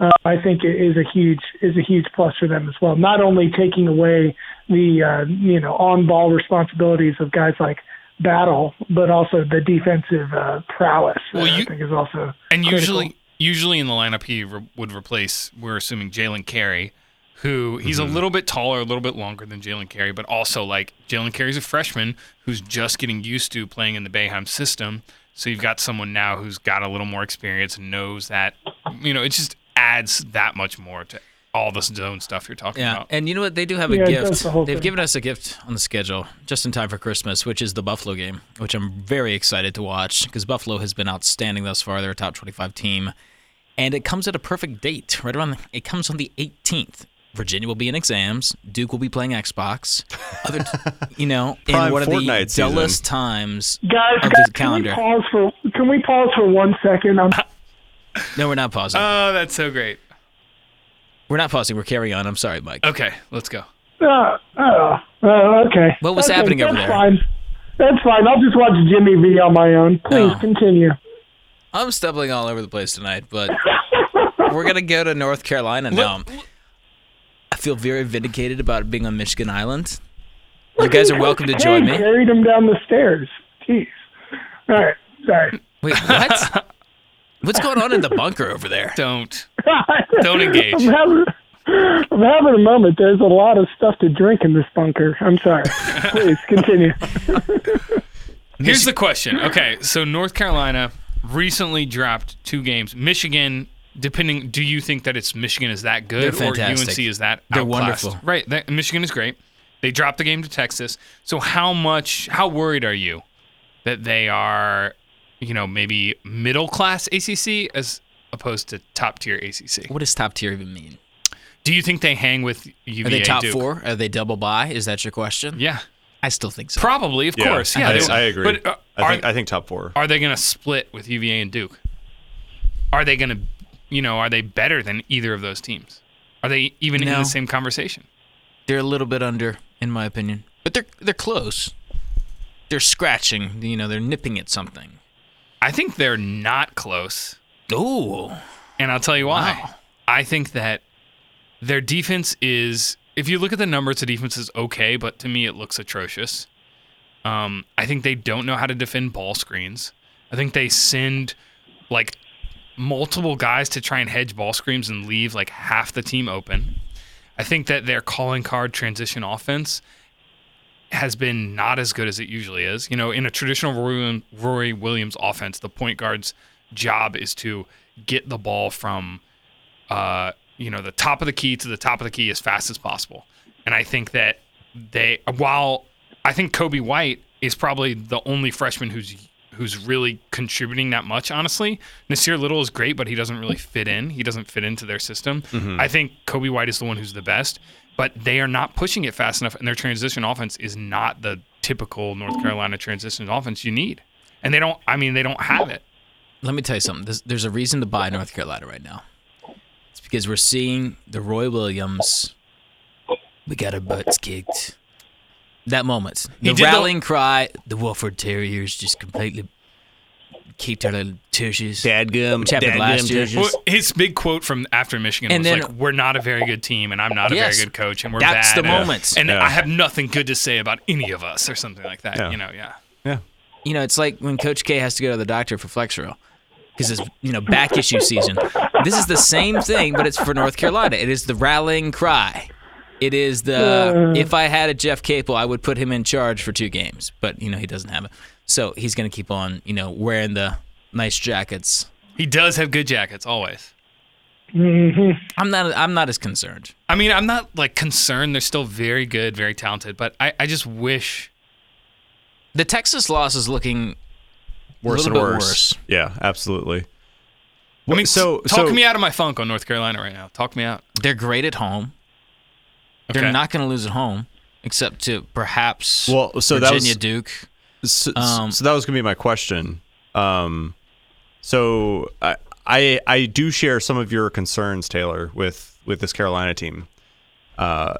uh, I think it is a huge is a huge plus for them as well. Not only taking away the uh, you know on ball responsibilities of guys like Battle, but also the defensive uh, prowess.
Well,
uh,
you-
I think is also
And
critical.
usually, usually in the lineup, he re- would replace. We're assuming Jalen Carey, who he's a little bit taller, a little bit longer than Jalen Carey, but also like Jalen Carey's a freshman who's just getting used to playing in the Bayheim system. So you've got someone now who's got a little more experience and knows that. You know, it just adds that much more to all this zone stuff you're talking
Yeah,
about.
and you know what? They do have
Yeah,
a
it
gift.
does the whole
They've
thing.
given us a gift on the schedule just in time for Christmas, which is the Buffalo game, which I'm very excited to watch because Buffalo has been outstanding thus far. They're a top 25 team, and it comes at a perfect date. Right around the, it comes on the 18th. Virginia will be in exams. Duke will be playing Xbox. Other, t- you know, in
Prime
one of
Fortnite
the
season.
dullest times
guys,
of
guys,
the
can we
calendar.
pause for can we pause for one second? I'm
No, we're not pausing.
Uh,
Oh, that's so great.
we're not pausing. We're carrying on. I'm sorry, Mike.
Okay, let's go.
uh, uh, uh, okay.
What was
Okay,
happening over
that's
there?
Fine. That's fine. I'll just watch Jimmy V on my own. Please
Oh.
continue.
I'm stumbling all over the place tonight, but we're gonna go to North Carolina now. I feel very vindicated about being on Michigan Island. You guys are welcome to
Hey,
join me.
Carried him down the stairs. Jeez. All right. Sorry.
Wait, what? What's going on in the bunker over there?
Don't don't engage.
I'm having, I'm having a moment. There's a lot of stuff to drink in this bunker. I'm sorry. Please continue.
Here's the question. Okay, so North Carolina recently dropped two games. Michigan, depending, do you think that it's Michigan is that good
They're
or UNC
fantastic.
is that
They're
outclassed?
wonderful.
Right, that, Michigan is great. They dropped the game to Texas. So how much? How worried are you that they are you know, maybe middle class ACC as opposed to top tier ACC.
What does top tier even mean?
Do you think they hang with UVA?
Are they top
Duke?
four? Are they double by? Is that your question?
Yeah,
I still think so.
probably. Of
Yeah,
course. Yeah,
I,
they-
I agree.
But uh,
I
are,
think I think top four.
are they going to split with UVA and Duke? Are they going to, you know, are they better than either of those teams? Are they even in
No.
the same conversation?
They're a little bit under, in my opinion, but they're they're close. They're scratching. You know, they're nipping at something.
I think they're not close,
Ooh,
and I'll tell you why.
Wow.
I think that their defense is, if you look at the numbers, the defense is okay, but to me, it looks atrocious. Um, I think they don't know how to defend ball screens. I think they send like multiple guys to try and hedge ball screens and leave like half the team open. I think that their calling card transition offense has been not as good as it usually is. You know, in a traditional Rory Williams, Rory Williams offense, the point guard's job is to get the ball from, uh, you know, the top of the key to the top of the key as fast as possible. And I think that they, while I think Kobe White is probably the only freshman who's who's really contributing that much. Honestly, Nasir Little is great, but he doesn't really fit in. He doesn't fit into their system. I think Kobe White is the one who's the best, but they are not pushing it fast enough, and their transition offense is not the typical North Carolina transition offense you need. And they don't. I mean, they don't have it.
let me tell you something. There's, there's a reason to buy North Carolina right now. It's because we're seeing the Roy Williams. We got our butts kicked. That moment, the
did the-
rallying cry. The Wolford Terriers just completely kicked our little tushes.
Dadgum.
Which happened last year.
Well, his big quote from after Michigan
And
was
then-
like, "We're not a very good team, and I'm not a
Yes.
very good coach, and we're
That's
bad."
the
and-
moment.
and
Yeah.
I have nothing good to say about any of us, or something like that.
Yeah.
You know, yeah.
Yeah.
you know, it's like when Coach K has to go to the doctor for Flexeril because it's you know back issue season. This is the same thing, but it's for North Carolina. It is the rallying cry. It is the if I had a Jeff Capel, I would put him in charge for two games, but you know he doesn't have it, so he's going to keep on you know wearing the nice jackets.
He does have good jackets always.
Mm-hmm.
I'm not I'm not as concerned.
I mean, I'm not like concerned. They're still very good, very talented, but I, I just wish
The Texas loss is looking
Worse
Little
and
bit
worse.
worse.
Yeah, absolutely.
I mean,
so-
talk
so-
me out of my funk on North Carolina right now. Talk me out.
they're great at home. They're
Okay.
not going to lose at home, except to perhaps
Well, so that
Virginia
was-
Duke.
So,
Um,
so that was gonna be my question. Um, so I, I I do share some of your concerns, Taylor, with with this Carolina team. Uh,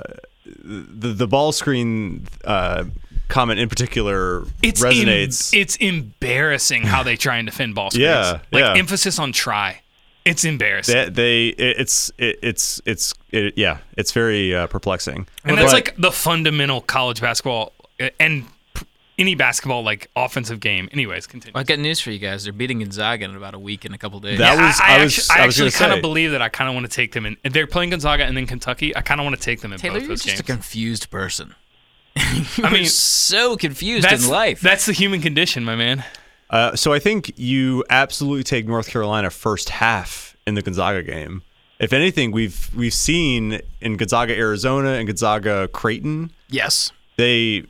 the the ball screen uh, comment in particular
It's em-
resonates.
it's embarrassing how they try and defend ball screens.
Yeah,
like
yeah.
emphasis on try. It's embarrassing.
they, they it, it's it, it's it's it, yeah, it's very uh, perplexing.
and
But-
that's like the fundamental college basketball uh, and p- any basketball like offensive game. Anyways, continue.
Well, I got news for you guys. They're beating Gonzaga in about a week and a couple days.
That- was- I was-
actually,
I was gonna
kind
say.
of believe that I kind of want to take them in. They're playing Gonzaga and then Kentucky. I kind of want to take them in
Taylor,
both
you're
those
just a
games.
confused person.
I mean,
You're so confused
that's
in life.
That's the human condition, my man.
Uh, so I think you absolutely take North Carolina first half in the Gonzaga game. If anything, we've we've seen in Gonzaga Arizona and Gonzaga Creighton,
yes.
they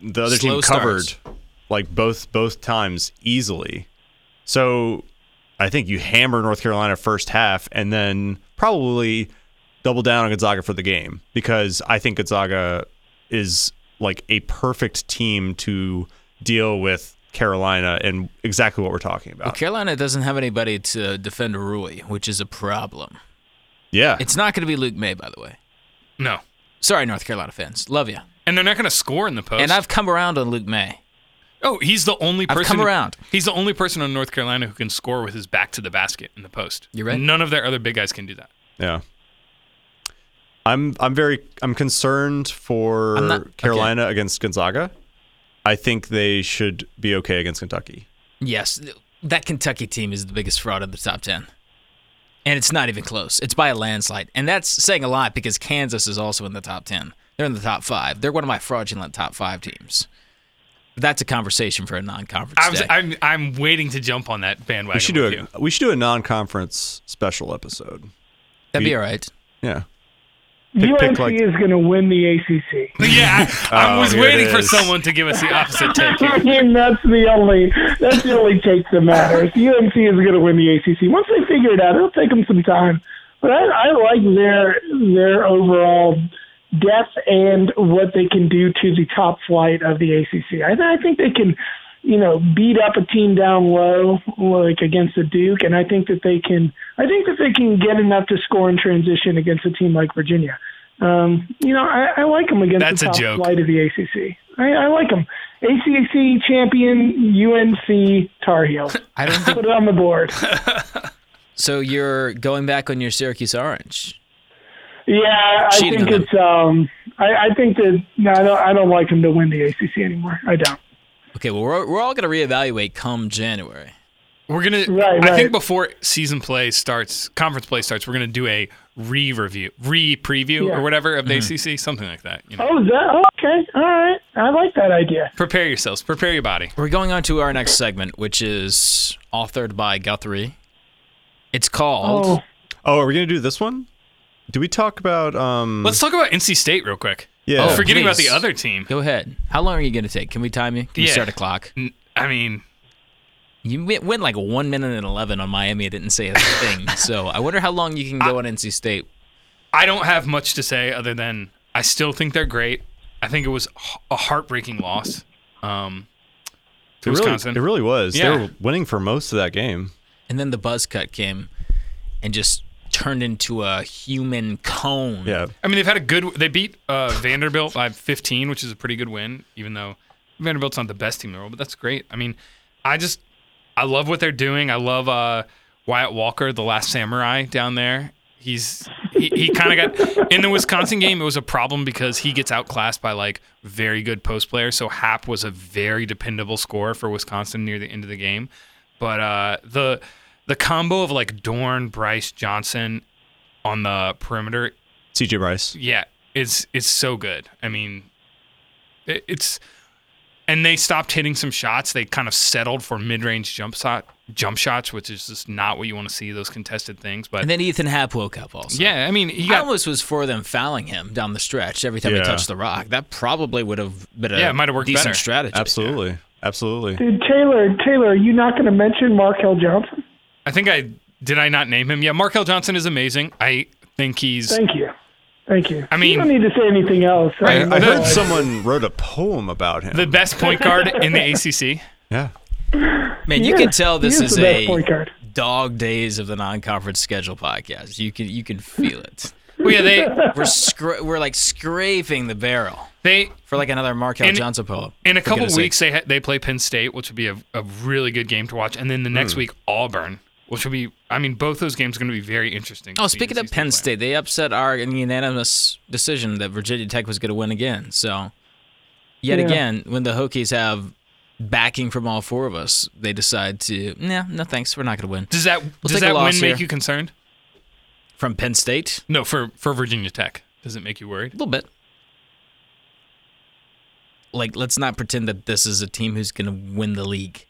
the other
Slow
team covered
starts.
like both both times easily. So I think you hammer North Carolina first half and then probably double down on Gonzaga for the game because I think Gonzaga is like a perfect team to deal with Carolina and exactly what we're talking about.
Carolina doesn't have anybody to defend Rui, which is a problem.
Yeah.
It's not going to be Luke May, by the way.
No,
Sorry, North Carolina fans. Love you.
and they're not going to score in the post.
And I've come around on Luke May.
oh, he's the only
I've
person.
come around.
He's the only person on North Carolina who can score with his back to the basket in the post.
You're right.
None of their other big guys can do that.
yeah. I'm I'm very I'm concerned for
I'm not- okay.
Carolina against Gonzaga. I think they should be okay against Kentucky.
Yes, th- that Kentucky team is the biggest fraud of the top 10. And it's not even close. It's by a landslide. And that's saying a lot because Kansas is also in the top 10. They're in the top five. They're one of my fraudulent top five teams. That's a conversation for a non conference.
I was, I'm I'm waiting to jump on that bandwagon.
We should
with
do
you.
a we should do a non-conference special episode.
That'd be
we-
all right.
Yeah. pick,
UNC
pick like
is going to win the ACC.
Yeah, I, I
Oh,
was
here it
waiting for
is.
someone to give us the opposite take.
I mean, that's the only that's the only take that matters. UNC is going to win the ACC. Once they figure it out, it'll take them some time. But I, I like their their overall depth and what they can do to the top flight of the ACC. I, I think they can, you know, beat up a team down low like against the Duke, and I think that they can. I think that they can get enough to score in transition against a team like Virginia. Um, you know, I, I like them against
That's a
the top
joke.
flight of the ACC. I, I like them. ACC champion, UNC Tar Heels.
I don't think
Put it on the board.
so. You're going back on your Syracuse Orange.
Yeah, I
Cheating
think
on them.
it's. Um, I, I think that no, I don't. I don't like them to win the ACC anymore. I don't.
Okay, well we're we're all gonna reevaluate come January.
We're gonna.
Right,
I think
right.
before season play starts, conference play starts, we're gonna do a re-review, re-preview,
Yeah.
or whatever of the
Mm-hmm.
ACC, something like that. You know,
Oh, is that oh, okay? All right, I like that idea.
prepare yourselves, prepare your body.
We're going on to our next segment, which is authored by Guthrie. It's called.
Oh,
Oh, are we gonna do this one? Do we talk about um?
Let's talk about NC State real quick.
Yeah.
Oh, forgetting about
please.
the other team.
Go ahead. How long are you gonna take? Can we time you? Can we
Yeah.
start a clock?
N- I mean,
You went went like one minute and eleven on Miami. I didn't say a thing. so I wonder how long you can go on NC State.
I don't have much to say other than I still think they're great. I think it was h- a heartbreaking loss um, to
it really,
Wisconsin.
it really was.
Yeah.
They were winning for most of that game.
And then the buzz cut came, and just turned into a human cone.
Yeah.
I mean, they've had a good. They beat uh, Vanderbilt by 15, which is a pretty good win, even though Vanderbilt's not the best team in the world. But that's great. I mean, I just I love what they're doing. I love uh, Wyatt Walker, the last samurai down there. He's he, he kind of got in the Wisconsin game. It was a problem because he gets outclassed by like very good post players. So Hap was a very dependable scorer for Wisconsin near the end of the game. But uh, the the combo of like Dorn, Bryce Johnson on the perimeter
C.J. Rice.
yeah, it's it's so good. I mean, it, it's and they stopped hitting some shots. They kind of settled for mid-range jump shot jump shots, which is just not what you want to see those contested things. But
And then Ethan Happ woke up also.
yeah, I mean, he
I
got
almost was for them fouling him down the stretch every time he
Yeah.
touched the rock. That probably would have been a
Yeah, it might have worked
decent
better.
strategy.
Absolutely. Absolutely.
dude, Taylor, Taylor, are you not going to mention Markel Johnson?
I think I did I not name him. Yeah, Markel Johnson is amazing. I think he's
Thank you, thank you.
I mean-
you don't need to say anything else.
Right,
mean,
I heard
The-
someone wrote a poem about him.
the best point guard in the ACC.
yeah.
Man,
he
you can
is-
tell
he
this is,
the best point
a
guard.
dog days of the non-conference schedule podcast. You can you can feel it.
Well, Oh, yeah, they
we're scra- we're like scraping the barrel
they
for like another Markel
And-
Johnson poem.
In a
for
couple
goodness
weeks,
sake.
they ha- they play Penn State, which would be a, a really good game to watch, and then the next week Auburn, which will be I mean both those games are going to be very interesting. to
Oh,
see
speaking
the
of
season
Penn
plan.
State, they upset our unanimous decision that Virginia Tech was going to win again. So, yet
Yeah.
again, when the Hokies have backing from all four of us, they decide to, nah, no thanks, we're not going to win.
does that
take
does
a
that win
loss
make
here.
you concerned?
From Penn State,
No, for for Virginia Tech, does it make you worried?
a little bit. Like, let's not pretend that this is a team who's going to win the league.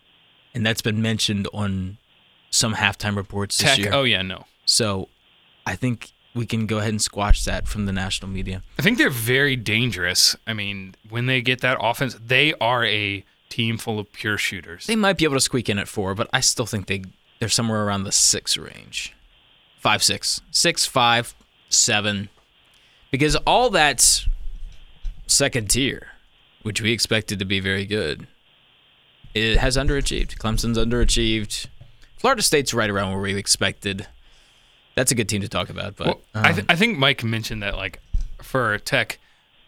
And that's been mentioned on some halftime reports this
Tech?
year.
Oh yeah, no.
So, I think we can go ahead and squash that from the national media.
I think they're very dangerous. I mean, when they get that offense, they are a team full of pure shooters.
They might be able to squeak in at four, but I still think they they're somewhere around the six range, five, six, six, five, seven, because all that's second tier, which we expected to be very good, it has underachieved. Clemson's underachieved. Florida State's right around where we expected. That's a good team to talk about, but um,
Well, I, th- I think Mike mentioned that like for Tech,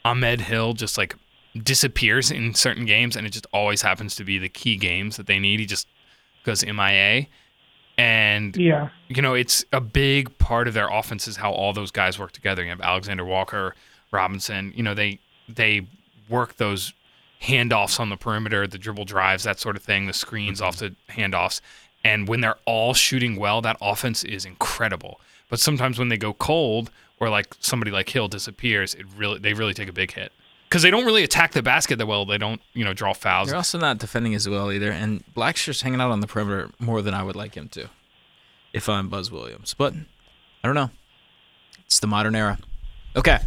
Ahmed Hill just like disappears in certain games, and it just always happens to be the key games that they need. He just goes MIA, and
Yeah.
you know it's a big part of their offense is how all those guys work together. You have Alexander Walker, Robinson. You know they they work those handoffs on the perimeter, the dribble drives, that sort of thing, the screens off the handoffs. And when they're all shooting well, that offense is incredible. But sometimes when they go cold or like somebody like Hill disappears, it really they really take a big hit. Because they don't really attack the basket that well. They don't, you know, draw fouls.
They're also not defending as well either, and Blackshear's hanging out on the perimeter more than I would like him to, if I'm Buzz Williams. But I don't know. It's the modern era. Okay.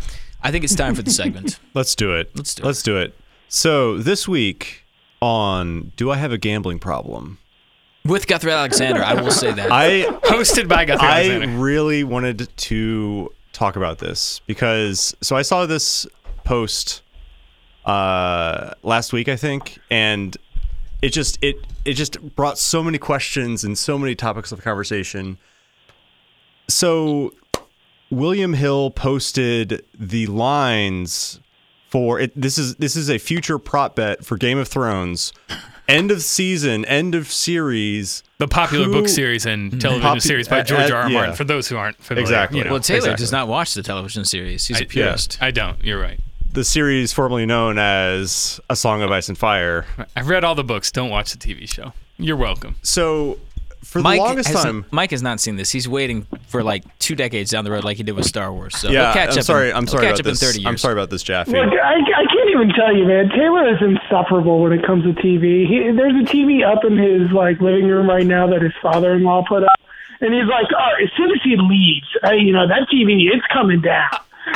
I think it's time for the segment.
Let's do it.
Let's do
Let's do it. So this week on Do I Have a Gambling Problem?
With Guthrie Alexander, I will say that.
I
Hosted by Guthrie
I
Alexander.
really wanted to talk about this because so I saw this post uh last week I think and it just it it just brought so many questions and so many topics of conversation. So William Hill posted the lines for it this is this is a future prop bet for Game of Thrones. End of season, end of series.
The popular book
Who-
series and television
Popu-
series by
uh,
George R.
uh,
R. Martin.
yeah.
For those who aren't familiar,
Exactly.
You know.
well, Taylor
exactly.
does not watch the television series. He's a purist.
I don't. You're right.
the series formerly known as A Song of Ice and Fire.
I've read all the books. Don't watch the TV show. You're welcome.
So for
Mike
the longest
has,
time,
Mike has not seen this. He's waiting for like two decades down the road, like he did with Star Wars. So he'll
yeah,
catch
I'm
up.
sorry,
in,
I'm
he'll
sorry
catch
about
up
this.
in 30 years.
I'm sorry about this, Jaffe.
Look, I, I can't even tell you, man. Taylor is insufferable when it comes to TV. He, there's a TV up in his like living room right now that his father-in-law put up, and he's like, "Oh, as soon as he leaves, I, you know that TV, it's coming down."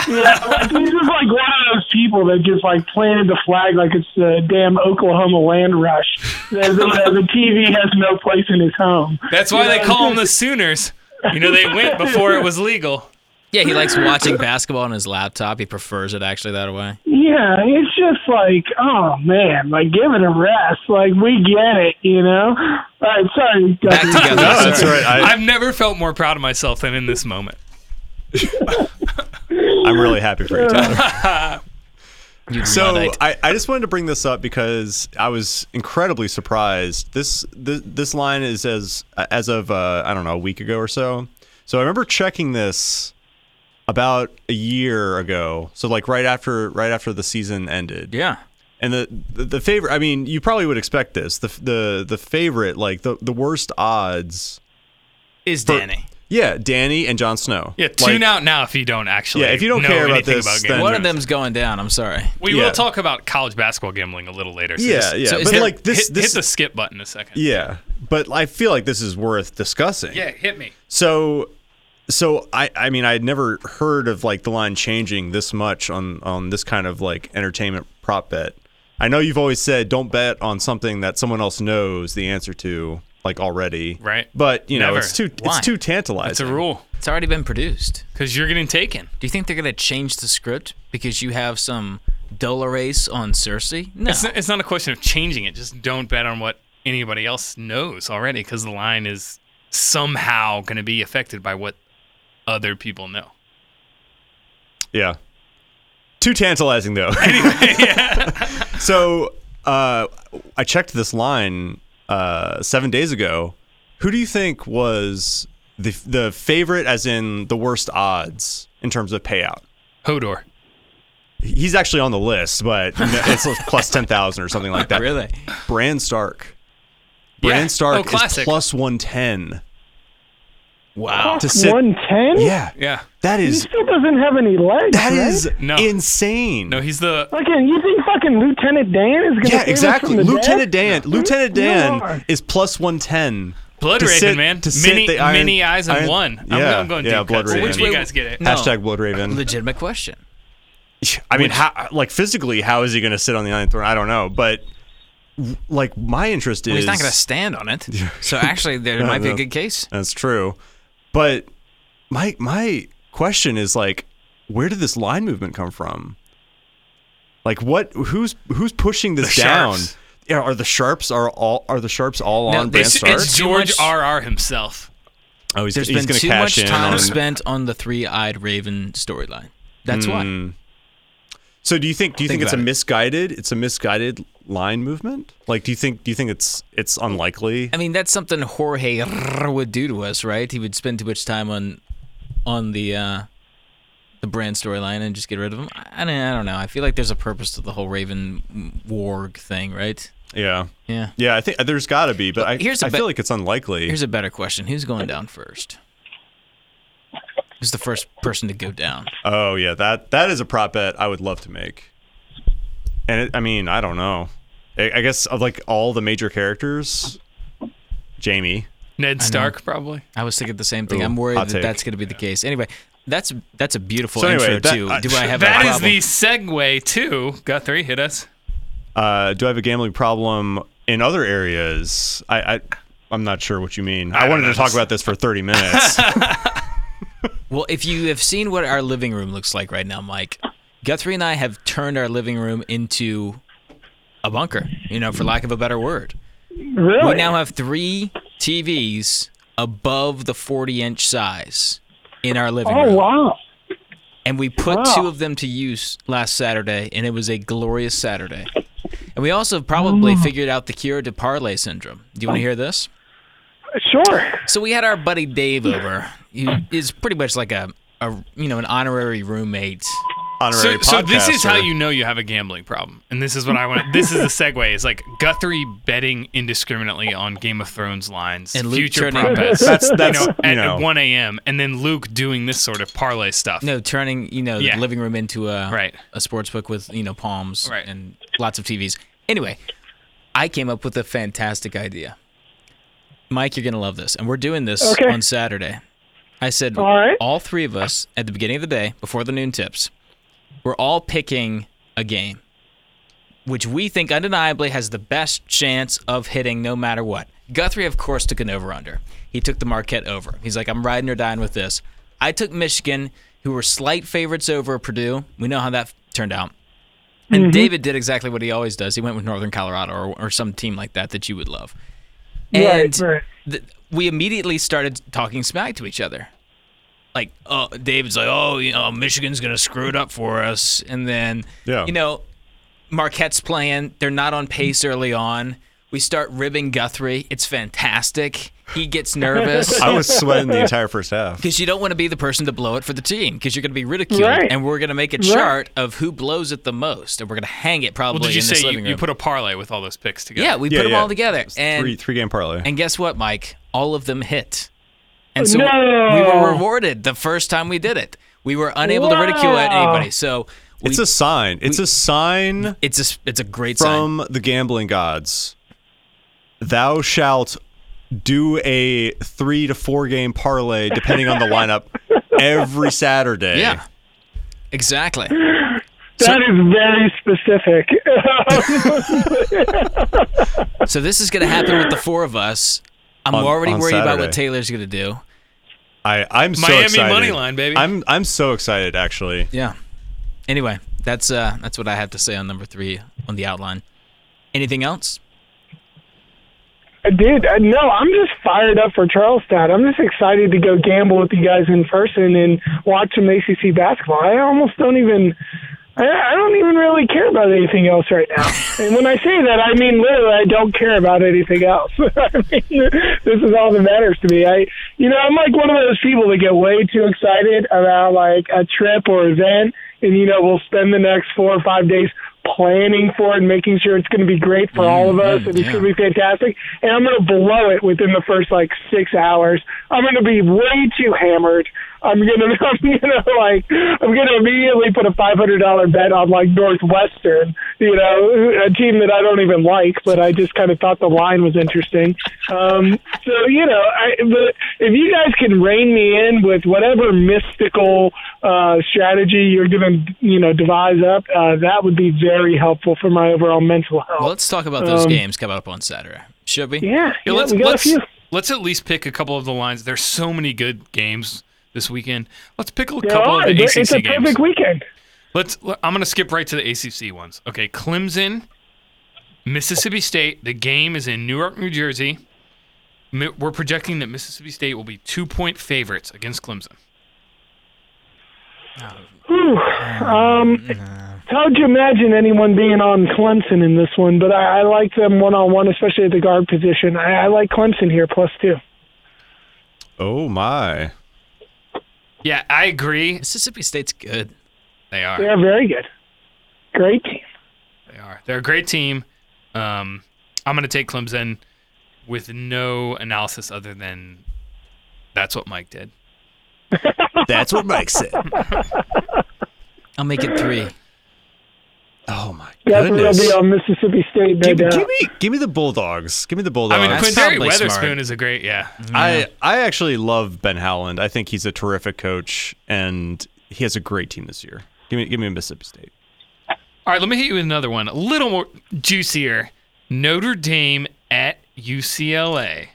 You know, like, he's just like one of those people that just like planted the flag like it's the damn Oklahoma land rush. The, the, the TV has no place in his home.
That's why they call them the Sooners. You know, they went before it was legal.
Yeah, he likes watching basketball on his laptop. He prefers it actually that way.
Yeah, it's just like, oh man, like give it a rest. Like we get it, you know. All right, sorry.
Back to Guthrie.
no, that's all
Sorry.
right. I,
I've never felt more proud of myself than in this moment.
I'm really happy for you, Tyler.
You
So
Luddite.
I, I just wanted to bring this up because I was incredibly surprised. This this, this line is as as of uh, I don't know a week ago or so. So I remember checking this about a year ago. So like right after right after the season ended.
yeah.
And the, the the favorite, I mean, you probably would expect this. The the the favorite, like the the worst odds.
Is Danny.
Yeah, Danny and Jon Snow.
Yeah,
like,
tune out now if you don't actually.
Yeah, if you don't
know
care about
anything
this,
about
then-
gambling.
One of them's going down. I'm sorry.
we
yeah.
will talk about college basketball gambling a little later. So
Yeah,
just-
yeah,
so is
but
there-
like this,
hit,
this,
hit the skip button a second.
yeah. But I feel like this is worth discussing.
yeah, hit me.
So, so I, I mean, I had never heard of like the line changing this much on on this kind of like entertainment prop bet. I know you've always said don't bet on something that someone else knows the answer to, like already.
Right.
But you know,
Never.
it's too
Why?
it's too
It's a
tantalizing.
rule
It's already been produced.
because you're getting taken.
Do you think they're going to change the script because you have some Dolores on Cersei? No.
It's not, it's not a question of changing it. Just don't bet on what anybody else knows already because the line is somehow going to be affected by what other people know.
Yeah. Too tantalizing though. so uh, I checked this line uh, seven days ago. Who do you think was the the favorite, as in the worst odds in terms of payout?
Hodor.
He's actually on the list, but it's plus ten thousand or something like that.
Really?
Bran Stark.
Yeah.
Bran
Oh,
Stark is
classic.
plus one ten.
Wow.
To sit-
One ten.
Yeah,
Yeah.
that
He
is
still doesn't have any legs.
that
right?
is
No.
insane.
No, he's the
Fucking, you think fucking Lieutenant Dan is gonna? save
Yeah,
us
exactly.
From the
Lieutenant
dead?
Dan. Lieutenant
You
Dan
are.
is plus one ten.
Blood
To
Raven,
sit-
man.
to sit
many,
the iron-
many eyes in
iron-
one. I'm,
yeah,
I'm going
yeah,
deep
Blood
cuts.
Raven.
Which you guys get it.
No.
Hashtag Blood Raven.
Legitimate question.
I mean, how, like physically, how is he going to sit on the ninth throne? I don't know, but like my interest is
Well, he's not going to stand on it. So actually, there might be a
no.
good case.
That's true, but my my question is like, where did this line movement come from? Like, what? Who's who's pushing this
The
down?
Sharps.
Yeah, are the sharps are all are the sharps all
No,
on
they-
Bran
it's-
Stark?
it's-
It's George
much-
RR himself.
oh, he's,
There's
he's
been
gonna
too much
cash in
time
on-
spent on the three-eyed raven storyline. That's why.
So do you think do you think,
Think
it's a
about it.
misguided it's a misguided line movement? Like do you think do you think it's it's unlikely?
I mean, that's something Jorge would do to us, right? He would spend too much time on on the uh, the brand storyline and just get rid of him. I, I don't, I don't know. I feel like there's a purpose to the whole Raven Warg thing, right?
Yeah.
Yeah.
Yeah, I think there's got to be, but I,
Here's a
I
bet-
feel like it's unlikely.
Here's a better question: Who's going down first? Who's the first person to go down?
oh yeah, that that is a prop bet I would love to make. And it, I mean, I don't know. I, I guess of like all the major characters, Jamie.
Ned Stark, probably.
I was thinking the same thing.
Ooh,
I'm worried
hot
that
take.
that's going to be the case. Anyway, That's that's a beautiful
So anyway,
intro
that-
too.
I-
Do I have a
That is
problem?
the segue to Guthrie. Hit us.
Uh, do I have a gambling problem in other areas? I, I I'm not sure what you mean. I,
don't
wanted
know.
to talk about this for 30 minutes.
Well, if you have seen what our living room looks like right now, Mike, Guthrie and I have turned our living room into a bunker, you know, for lack of a better word.
Really?
We now have three TVs above the 40 inch size in our living
oh
room.
wow.
And we put
Wow.
two of them to use last Saturday, and it was a glorious Saturday. And we also probably
Mm.
figured out the cure to parlay syndrome. Do you want to hear this?
Sure.
So we had our buddy Dave over, who is pretty much like a, a you know an honorary roommate.
So,
Honorary
so this is how
podcaster.
you know you have a gambling problem, and this is what I want. This is the segue. It's like Guthrie betting indiscriminately on Game of Thrones lines,
And Luke
future
turning-
prop bets,
That's- that's,
you know,
you
at
know.
1 a.m., and then Luke doing this sort of parlay stuff.
No, turning you know
Yeah.
the living room into a
Right.
a sports book with you know palms
Right.
and lots of TVs. Anyway, I came up with a fantastic idea. Mike, you're gonna love this, and we're doing this
Okay.
on Saturday. I said
All right.
all three of us at the beginning of the day before the noon tips, we're all picking a game which we think undeniably has the best chance of hitting no matter what. Guthrie, of course, took an over under. He took the Marquette over. He's like, I'm riding or dying with this. I took Michigan, who were slight favorites over Purdue. We know how that turned out. And David did exactly what he always does. He went with Northern Colorado or, or some team like that that you would love. And
right, right.
th- we immediately started talking smack to each other. Like, oh, David's like, oh, you know, Michigan's gonna screw it up for us, and then,
Yeah.
you know, Marquette's playing. They're not on pace early on. We start ribbing Guthrie. It's fantastic. He gets nervous
I was sweating the entire first half.
because you don't want to be the person to blow it for the team because you're going to be ridiculed,
Right.
and we're going to make a chart of who blows it the most, and we're going to hang it probably
Well, did you
in this
say you,
living
you
room.
put a parlay with all those picks together?
yeah, we
Yeah,
put them
yeah.
all together, and
three three game parlay.
and guess what, Mike? All of them hit. And so
No.
we were rewarded the first time we did it. We were unable to ridicule at
Wow.
anybody. So we,
it's a sign. It's a sign
it's a s- it's a great sign.
from the gambling gods. Thou shalt do a three to four game parlay depending on the lineup every Saturday.
Yeah. Exactly.
That is very specific.
So this is going to happen with the four of us. I'm
On-
already
on
worried about what
Saturday.
Taylor's going to do.
I, I'm so
Miami
excited.
money line, baby.
I'm I'm so excited actually.
Yeah. Anyway, that's uh that's what I have to say on number 3 on the outline. Anything else?
Dude, uh, no, I'm just fired up for Charlestown. I'm just excited to go gamble with you guys in person and watch some ACC basketball. I almost don't even, I, I don't even really care about anything else right now. and when I say that, I mean literally, I don't care about anything else. I mean, this is all that matters to me. I, you know, I'm like one of those people that get way too excited about like a trip or event, and you know, we'll spend the next four or five days planning for it and making sure it's going to be great for all of us and it's
yeah.
going to be fantastic. And I'm going to blow it within the first like six hours. I'm going to be way too hammered. I'm gonna, I'm gonna like, I'm gonna immediately put a five hundred dollar bet on like Northwestern, you know, a team that I don't even like, but I just kind of thought the line was interesting. Um, so you know, I, but if you guys can rein me in with whatever mystical uh, strategy you're gonna, you know, devise up, uh, that would be very helpful for my overall mental health.
Well, let's talk about those
Um,
games coming up on Saturday. Should we?
yeah,
Yeah,
yeah,
let's,
we got a
let's,
few.
let's at least pick a couple of the lines. There's so many good games this weekend. Let's pick a
There
couple
are.
of the
It's
ACC
a
games.
perfect weekend.
Let's. I'm gonna skip right to the ACC ones. Okay, Clemson, Mississippi State. The game is in Newark, New Jersey. Mi- We're projecting that Mississippi State will be two point favorites against Clemson.
Whew.
Mm.
Um, it's hard to imagine anyone being on Clemson in this one, but I, I like them one on one, especially at the guard position. I, I like Clemson here plus two.
Oh my.
Yeah, I agree.
Mississippi State's good.
They are.
They're very good, great team.
They are. They're a great team. Um, I'm gonna take Clemson with no analysis other than that's what Mike did.
That's what Mike said.
I'll make it 3.
Oh my
That's
goodness.
where they'll be on Mississippi State, no
Give,
doubt.
give me, give me the Bulldogs. Give me the Bulldogs.
I mean,
That's
Quinteri
probably smart. Mm-hmm.
Weatherspoon is a great, yeah.
I I actually love Ben Howland. I think he's a terrific coach, and he has a great team this year. Give me give me Mississippi State.
All right, let me hit you with another one, a little more juicier. Notre Dame at UCLA.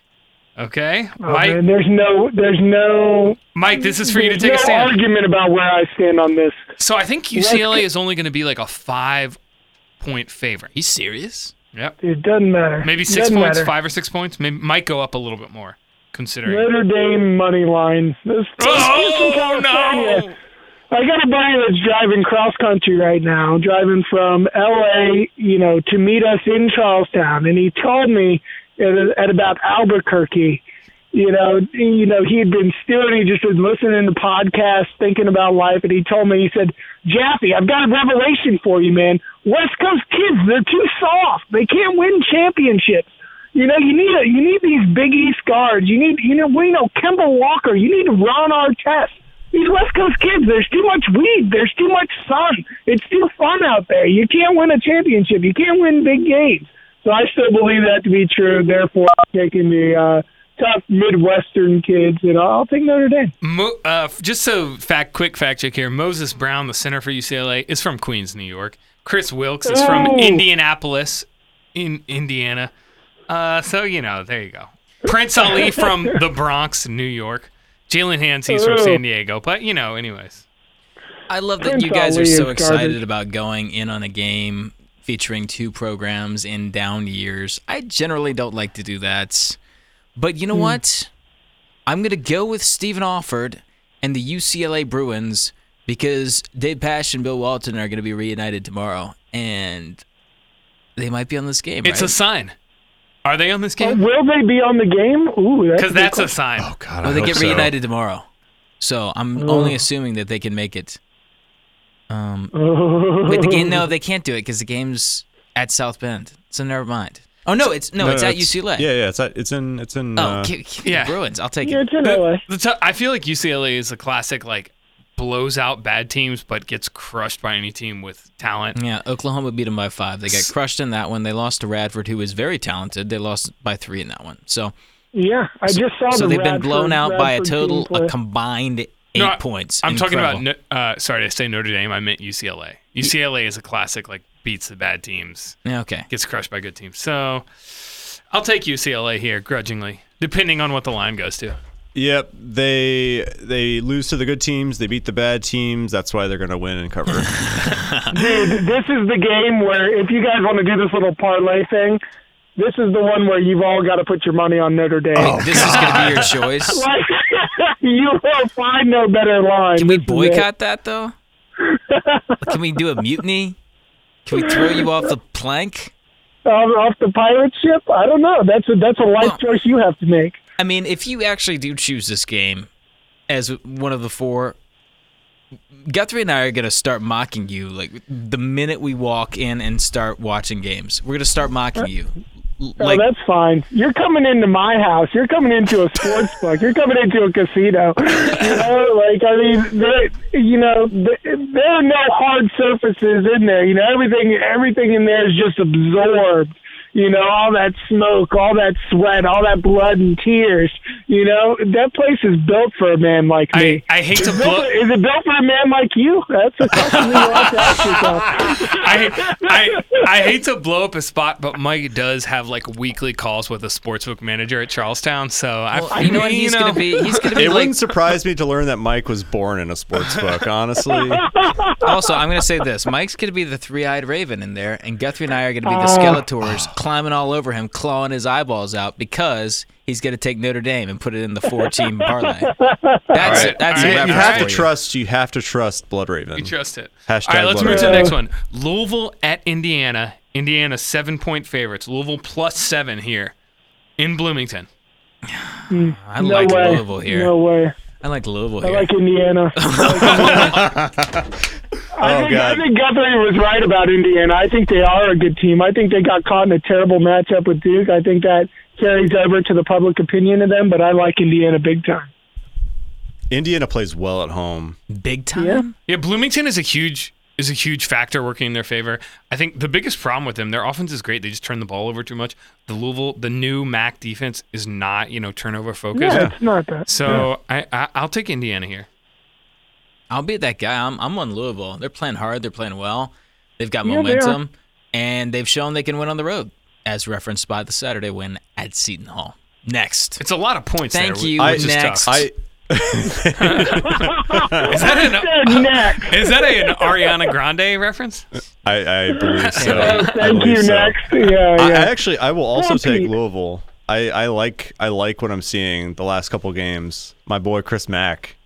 Okay,
Oh,
Mike.
man, there's no, there's no,
Mike, this is for you to
there's
take
no
a stand.
argument about where I stand on this.
So I think UCLA is only going to be like a five-point favorite.
He's serious.
Yep.
It doesn't matter.
Maybe 6
Doesn't
points,
matter.
five or six points. Maybe might go up a little bit more, considering.
Notre Dame money line. This, Houston,
Oh
California.
no!
I got a buddy that's driving cross country right now, driving from L.A. You know to meet us in Charlestown, and he told me at, at about Albuquerque. You know, you know, he had been stealing. He just was listening to podcasts, thinking about life, and he told me. He said, "Jaffe, I've got a revelation for you, man. West Coast kids—they're too soft. They can't win championships." You know, you need a, you need these Big East guards. You need you know we know Kemba Walker. You need Ron Artest. These West Coast kids. There's too much weed. There's too much sun. It's too fun out there. You can't win a championship. You can't win big games. So I still believe that to be true. Therefore, I'm taking the uh, tough Midwestern kids, and I'll take Notre Dame.
Mo- uh, f- just so fact, quick fact check here. Moses Brown, the center for UCLA, is from Queens, New York. Chris Wilkes is from
Ooh.
Indianapolis, in Indiana. Uh, so you know, there you go. Prince Ali from the Bronx, New York. Jalen Hansies from
Ooh.
San Diego. But you know, anyways.
I love that
Prince
you guys are
Ali
so
is
excited
garbage.
about going in on a game featuring two programs in down years. I generally don't like to do that. But you know what? I'm going to go with Stephen Alford and the UCLA Bruins because Dave Pash and Bill Walton are going to be reunited tomorrow and they might be on this game.
It's a
right?
sign. Are they on this
But
game?
will they be on the game? Ooh, Oh, that's
Because
a good
that's a
question.
sign.
Oh God,
well,
I
they
hope
get
so.
reunited tomorrow. So I'm only assuming that they can make it. Um, Wait, the game? No, they can't do it because the game's at South Bend. So never mind. Oh no, it's no, it's at UCLA.
Yeah, yeah, it's at, it's in it's in.
Oh,
uh,
give, give
yeah.
Oh, the Bruins. I'll take
Yeah,
it.
it's in LA.
The, the t- I feel like UCLA is a classic, like blows out bad teams, but gets crushed by any team with talent.
Yeah, Oklahoma beat them by five. They got crushed in that one. They lost to Radford, who is very talented. They lost by three in that one. So,
Yeah, I just saw.
so
Oh, the
they've been
Radford-
blown out by a
Radford team
total
play.
a combined eight
No, I-
points.
I'm
Incredible.
talking about. no- Uh, sorry, I say Notre Dame. I meant UCLA. UCLA is a classic, like beats the bad teams,
Yeah, okay.
gets crushed by good teams. So I'll take UCLA here, grudgingly, depending on what the line goes to.
Yep, they they lose to the good teams. They beat the bad teams. That's why they're gonna win and cover.
Dude, this is the game where if you guys want to do this little parlay thing, this is the one where you've all got to put your money on Notre Dame.
This is going to be your choice.
Like, you will find no better line.
Can we
This is it.
boycott that though? Can we do a mutiny? Can we throw you off the plank?
Um, off the pirate ship? I don't know. That's a that's a life choice you have to make.
I mean, if you actually do choose this game as one of the four, Guthrie and I are going to start mocking you. Like the minute we walk in and start watching games, we're going to start mocking you. L-
Oh,
Like,
that's fine. You're coming into my house. You're coming into a sports book. You're coming into a casino. You know, like I mean, there, you know, th there are no hard surfaces in there. You know, everything, everything in there is just absorbed. You know, all that smoke, all that sweat, all that blood and tears. You know, that place is built for a man like
I,
me.
I hate to
Built for-
blow.
is it built for a man like you? That's a question you have to ask yourself.
I, I I hate to blow up a spot, but Mike does have like weekly calls with a sportsbook manager at Charlestown. So I,
well, you know what? He's going to be. He's going to be
it
like.
wouldn't surprise me to learn that Mike was born in a sports book. Honestly,
Also, I'm going to say this: Mike's going to be the three-eyed raven in there, and Guthrie and I are going to be the Skeletors climbing all over him, clawing his eyeballs out because he's going to take Notre Dame and put it in the four-team parlay. That's
right,
that's
all
a
right,
you
reference
have
for
to trust. You have to trust Blood Raven.
You trust it.
Hashtag
All right, let's
Blood
move to the
Red.
next one. Louisville at Indiana. Indiana seven point favorites. Louisville plus seven here in Bloomington.
I
No
like
way.
Louisville here.
No way.
I like Louisville
I
here.
like Indiana. I,
Oh
think, I
God.
think Guthrie was right about Indiana. I think they are a good team. I think they got caught in a terrible matchup with Duke. I think that carries over to the public opinion of them, but I like Indiana big time.
Indiana plays well at home.
Big time.
Yeah, Bloomington is a huge is a huge factor working in their favor. I think the biggest problem with them, their offense is great. They just turn the ball over too much. The Louisville, the new MAC defense is not, you know, turnover focused.
Yeah, it's not that.
So I, I I'll take Indiana here.
I'll be that guy. I'm, I'm on Louisville. They're playing hard. They're playing well. They've got
Yeah, they are.
momentum, and they've shown they can win on the road, as referenced by the Saturday win at Seton Hall. Next.
It's a lot of points.
Thank
there,
you.
Which is
Next.
tough.
I
Is that an
Said next.
is that an Ariana Grande reference?
I, I believe so. I
Thank
believe
you.
so.
Next. Yeah,
I, I
yeah.
actually I will also
on,
take
Pete.
Louisville. I, I like I like what I'm seeing the last couple games. My boy Chris Mack,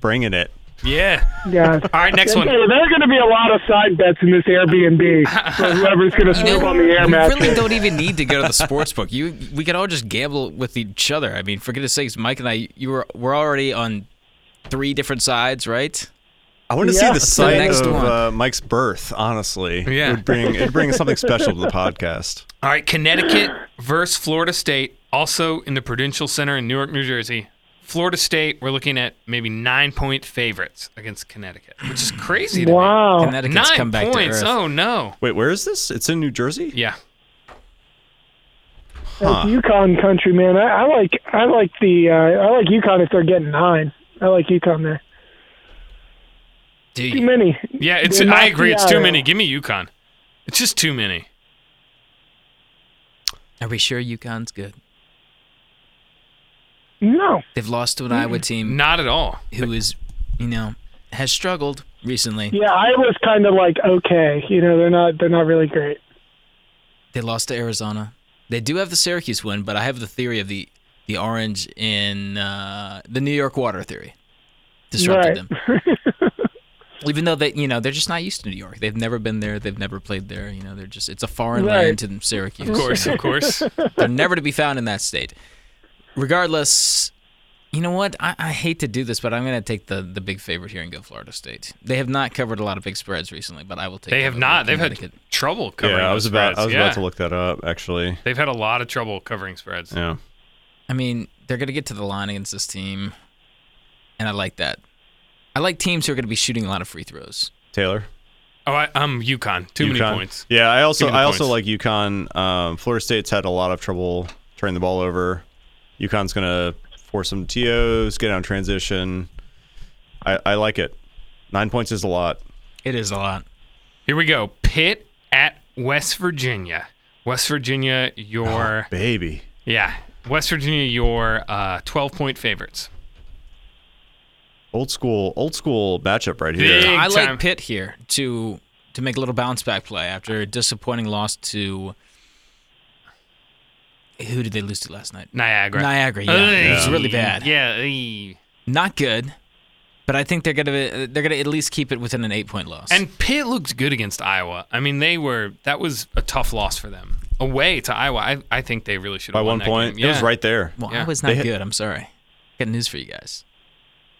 bringing it.
Yeah.
yeah.
All right, next
Okay,
one.
there are going to be a lot of side bets in this Airbnb for whoever's going to sleep on the air
we
mattress.
really don't even need to go to the sports book. You, we could all just gamble with each other. I mean, for goodness sakes, Mike and I, you were we're already on three different sides, right?
I want to
Yeah.
see the
Let's
go to the
site
next
of
one.
uh, Mike's birth. Honestly,
Yeah.
it would bring it bring something special to the podcast.
All right, Connecticut versus Florida State, also in the Prudential Center in Newark, New Jersey. Florida State, we're looking at maybe nine point favorites against Connecticut, which is crazy. To
Wow.
Me.
Connecticut's
Nine
come back to
points.
earth.
Oh no.
Wait, where is this? It's in New Jersey.
Yeah.
That's Yukon country, man. I, I like I like the uh, I like Yukon if they're getting nine. I like Yukon there.
Do
Too
you?
many.
Yeah, it's
They're
I
not
agree, it's too
Seattle.
many. Give me UConn. It's just too many.
Are we sure UConn's good?
No.
They've lost
Mm.
to an Iowa team
Not at all.
who is, you know, has struggled recently.
Yeah, I was kind of like okay. You know, they're not they're not really great.
They lost to Arizona. They do have the Syracuse win, but I have the theory of the the orange in uh, the New York water theory disrupted
right.
them. Even though they, you know, they're just not used to New York. They've never been there. They've never played there. You know, they're just it's a foreign
Right.
land to them, Syracuse.
Of course, of course.
They're never to be found in that state. Regardless, you know what? I, I hate to do this, but I'm going to take the, the big favorite here and go Florida State. They have not covered a lot of big spreads recently, but I will take.
They have
over
not. They've had
Connecticut.
trouble covering.
Yeah, I was
those
about
spreads.
I was
Yeah.
about to look that up actually.
They've had a lot of trouble covering spreads.
Yeah.
I mean, they're going to get to the line against this team, and I like that. I like teams who are going to be shooting a lot of free throws.
Taylor.
Oh, I, I'm UConn. Too
UConn.
many points.
Yeah, I also
Too many
I also
points.
like UConn. Um, Florida State's had a lot of trouble turning the ball over. UConn's gonna force some tos, get on transition. I, I like it. Nine points is a lot.
It is a lot.
Here we go. Pitt at West Virginia. West Virginia, your
Baby.
yeah. West Virginia, your uh, 12 point favorites.
Old school old school matchup right here.
Big
I
time.
like Pitt here to to make a little bounce back play after a disappointing loss to. Who did they lose to last night?
Niagara.
Niagara, yeah,
Ugh.
it was really bad.
Yeah. ugh.
Not good, but I think they're gonna they're gonna at least keep it within an eight point loss.
And Pitt looked good against Iowa. I mean, they were that was a tough loss for them. Away to Iowa, I, I think they really should
By
have
one
won that
point.
game.
It was
Yeah.
right there.
well,
yeah.
I was not
They-
good. I'm sorry. Got news for you guys.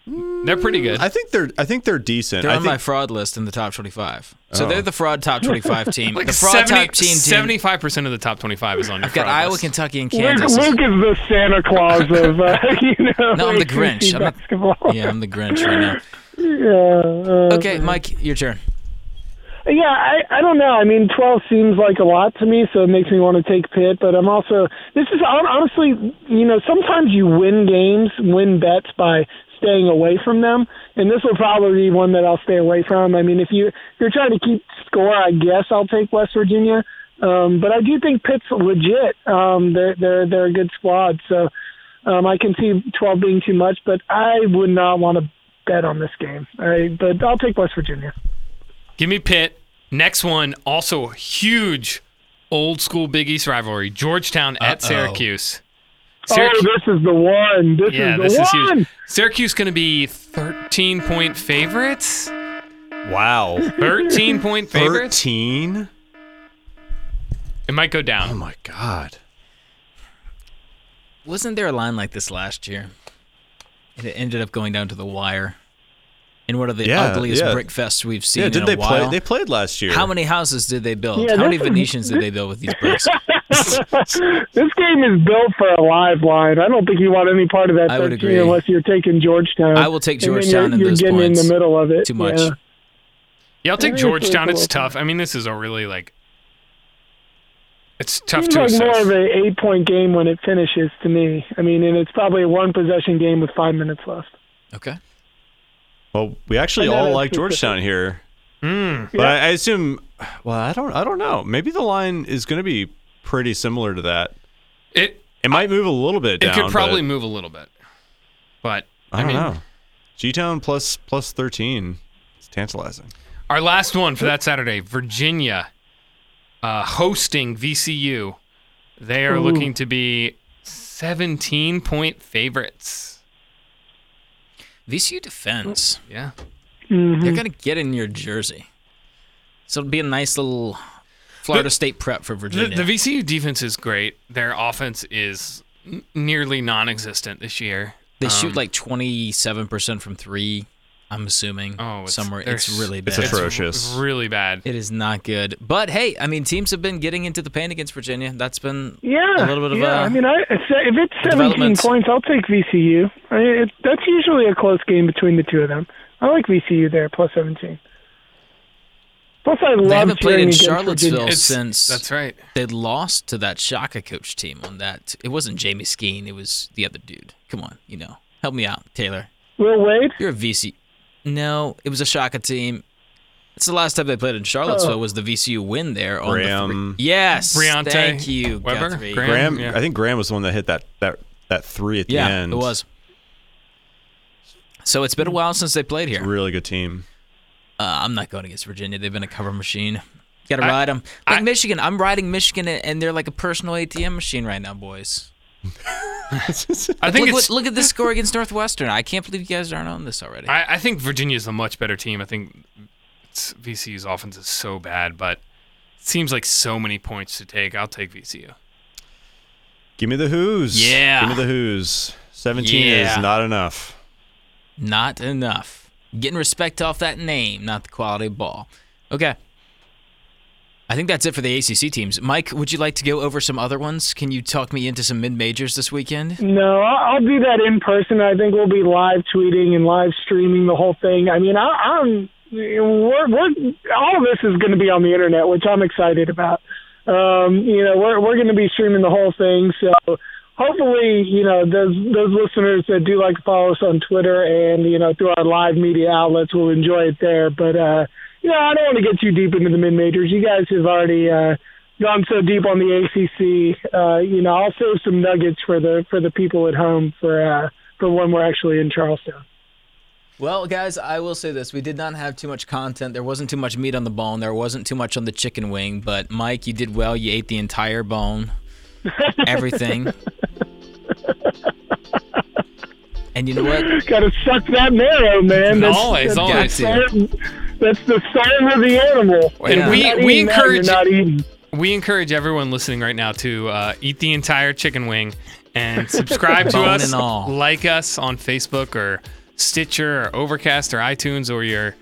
They're pretty good.
I think they're I think they're decent.
They're
I
on
think
my fraud list in the top 25. So they're the fraud top 25 team.
like
the fraud
70,
top team team.
75% of the top 25 is on your
I've got
fraud
Iowa,
list.
Kentucky, and
Luke,
Kansas.
Luke is the Santa Claus of uh, you know.
No, I'm the
ACC
Grinch. I'm not-
basketball.
yeah, I'm the Grinch right now.
Yeah, uh,
Okay, Mike, your turn.
Yeah, I, I don't know. I mean, 12 seems like a lot to me, so it makes me want to take Pitt. But I'm also, this is hon- honestly, you know, sometimes you win games, win bets by staying away from them. And this will probably be one that I'll stay away from. I mean, if, you, if you're trying to keep score, I guess I'll take West Virginia. Um, but I do think Pitt's legit. Um, they're, they're, they're a good squad. So um, I can see 12 being too much, but I would not want to bet on this game. I, but I'll take West Virginia.
Give me Pitt. Next one, also a huge old school Big East rivalry Georgetown at
Uh-oh.
Syracuse.
Oh, this is the one. This
yeah,
is the
this is
one.
huge. Syracuse going to be 13 point favorites.
Wow.
13 point favorites.
Thirteen?
It might go
Oh
down.
my god.
Wasn't there a line like this last year? And it ended up going down to the wire in one of the
Yeah,
ugliest
yeah.
brick fests we've seen
Yeah,
in
did
a
they
while.
play they played last year.
How many houses did they build?
Yeah,
How many
this is-
Venetians did they build with these bricks?
This game is built for a live line. I don't think you want any part of that
I would
13
agree.
unless you're taking Georgetown.
I will take
And then
Georgetown
you're,
and
you're
those
getting
points.
in the middle of it.
Too much.
Yeah.
Yeah, I'll take
Maybe it's really
Georgetown.
cool.
It's tough. I mean, this is a really like it's tough
Seems
to
like more
assess.
of an eight-point game when it finishes to me. I mean, and it's probably a one-possession game with five minutes left.
Okay.
Well, we actually
I know
all
that's
like
specific.
Georgetown here,
Mm.
but I, I assume. Well, I don't. I don't know. Maybe the line is going to be pretty similar to that.
It
It might move a little bit.
it
down,
could probably
But,
move a little bit, but
I don't
mean-
know. G Town plus plus thirteen. It's tantalizing.
Our last one for that Saturday, Virginia uh, hosting VCU. They are
Ooh.
looking to be 17 point favorites.
VCU defense.
Yeah.
They're gonna get in your jersey. So it'll be a nice little Florida
The-
State prep for
The,
Virginia.
the VCU defense is great. Their offense is n- nearly non existent this year.
they
Um,
shoot like twenty seven percent from three. I'm assuming.
Oh, it's-
somewhere
they're
it's
s-
really bad.
It's
it's
atrocious.
r- really bad.
It is not good. But hey, I mean, teams have been getting into the paint against Virginia. That's been
Yeah,
A little bit of,
yeah.
uh,
I mean, I, if if it's 17
developments.
points, I'll take VCU. I, it, that's usually a close game between the two of them. I like VCU there, plus 17. Plus, I love
they haven't played
cheering
in
against
Charlottesville
Virginia.
It's-
since
That's right.
they lost to that Shaka coach team on that. It wasn't Jamie Skeen. It was the other dude. Come on, you know, help me out, Taylor.
Will Wade.
You're a VC. No, it was a Shaka team. It's the last time they played in Charlottesville. Was the VCU win there on the
Graham.
three? Yes,
Briante
Thank you,
Weber?
Guthrie.
Graham?
Graham.
yeah.
I think Graham was the one that hit that that that three at the
Yeah,
end.
it was. So it's been a while since they played here.
Really good team.
Uh, I'm not going against Virginia. They've been a cover machine. Got to
I-
ride them. Like
I-
Michigan, I'm riding Michigan, and- and they're like a personal ATM machine right now, boys.
I think
look, look,
it's.
look at this score against Northwestern. I can't believe you guys aren't on this already.
I, I think Virginia is a much better team. I think it's, VCU's offense is so bad, but it seems like so many points to take. I'll take VCU.
Give me the who's.
Yeah.
Give me the who's. Seventeen
Yeah.
is not enough.
Not enough. Getting respect off that name, not the quality of ball. Okay. I think that's it for the ACC teams. Mike, would you like to go over some other ones? Can you talk me into some mid majors this weekend?
No, I- I'll do that in person. I think we'll be live tweeting and live streaming the whole thing. I mean, I, I'm we're, we're all of this is going to be on the internet, which I'm excited about. Um, you know, we're we're going to be streaming the whole thing, so hopefully, you know, those those listeners that do like to follow us on Twitter and you know through our live media outlets will enjoy it there. But uh, you know, I don't want to get too deep into the mid majors. You guys have already. Uh, gone so deep on the ACC. Uh, you know, I'll save some nuggets for the for the people at home for uh, for when we're actually in Charleston.
Well, guys, I will say this. We did not have too much content. There wasn't too much meat on the bone. There wasn't too much on the chicken wing. But, Mike, you did well. You ate the entire bone, everything. and you know what?
Got to suck that marrow, man. That's,
Always, Oh,
that's,
always.
That's, that's the sign of the animal.
And
If
we-
you're not
we
eating that,
encourage-
you're not eating.
We encourage everyone listening right now to uh, eat the entire chicken wing and subscribe to
Bone
us,
and all.
like us on Facebook or Stitcher or Overcast or iTunes or your,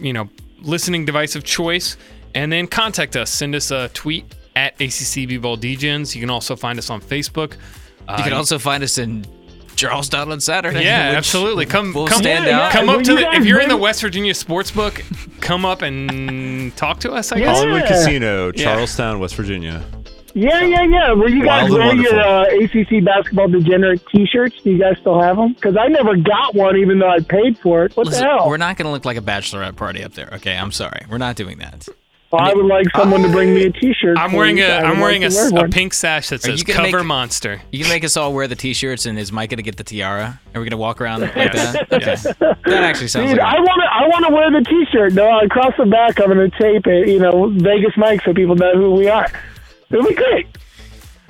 you know, listening device of choice, and then contact us. Send us a tweet at ACCBBallDgens. You can also find us on Facebook. Uh,
You can also find us in Charlestown on Saturday.
yeah,
which-
absolutely. Come,
will
come,
stand
Yeah, out.
come
yeah.
up to
You
the.
guys
If you're in the
bring-
West Virginia sports book, come up and talk to us. I guess.
Hollywood
Yeah.
Casino,
Yeah.
Charlestown, West Virginia.
Yeah, yeah, yeah. Were you guys
Wild and
wearing your uh,
wonderful.
ACC basketball degenerate T-shirts? Do you guys still have them? Because I never got one, even though I paid for it. What
Listen,
the hell?
we're not going to look like a bachelorette party up there. Okay, I'm sorry. We're not doing that.
I would like someone to bring me a T-shirt.
I'm wearing a
please. I would
I'm
like
wearing a,
to
s-
wear
a
one.
pink sash that
Are you
says
gonna make-
"Cover Monster."
You can make us all wear the T-shirts, and is Mike going to get the tiara? Are we going to walk around like
Yes.
that? Okay.
Yes.
That actually sounds
Dude,
like
I want to. I want to wear the T-shirt. No, across the back, I'm going to tape it. You know, Vegas Mike, so people know who we are. It'll be great.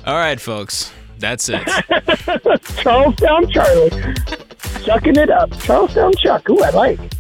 All right, folks. That's it.
Charlestown Charlie, chucking it up. Charlestown Chuck. Ooh, I like.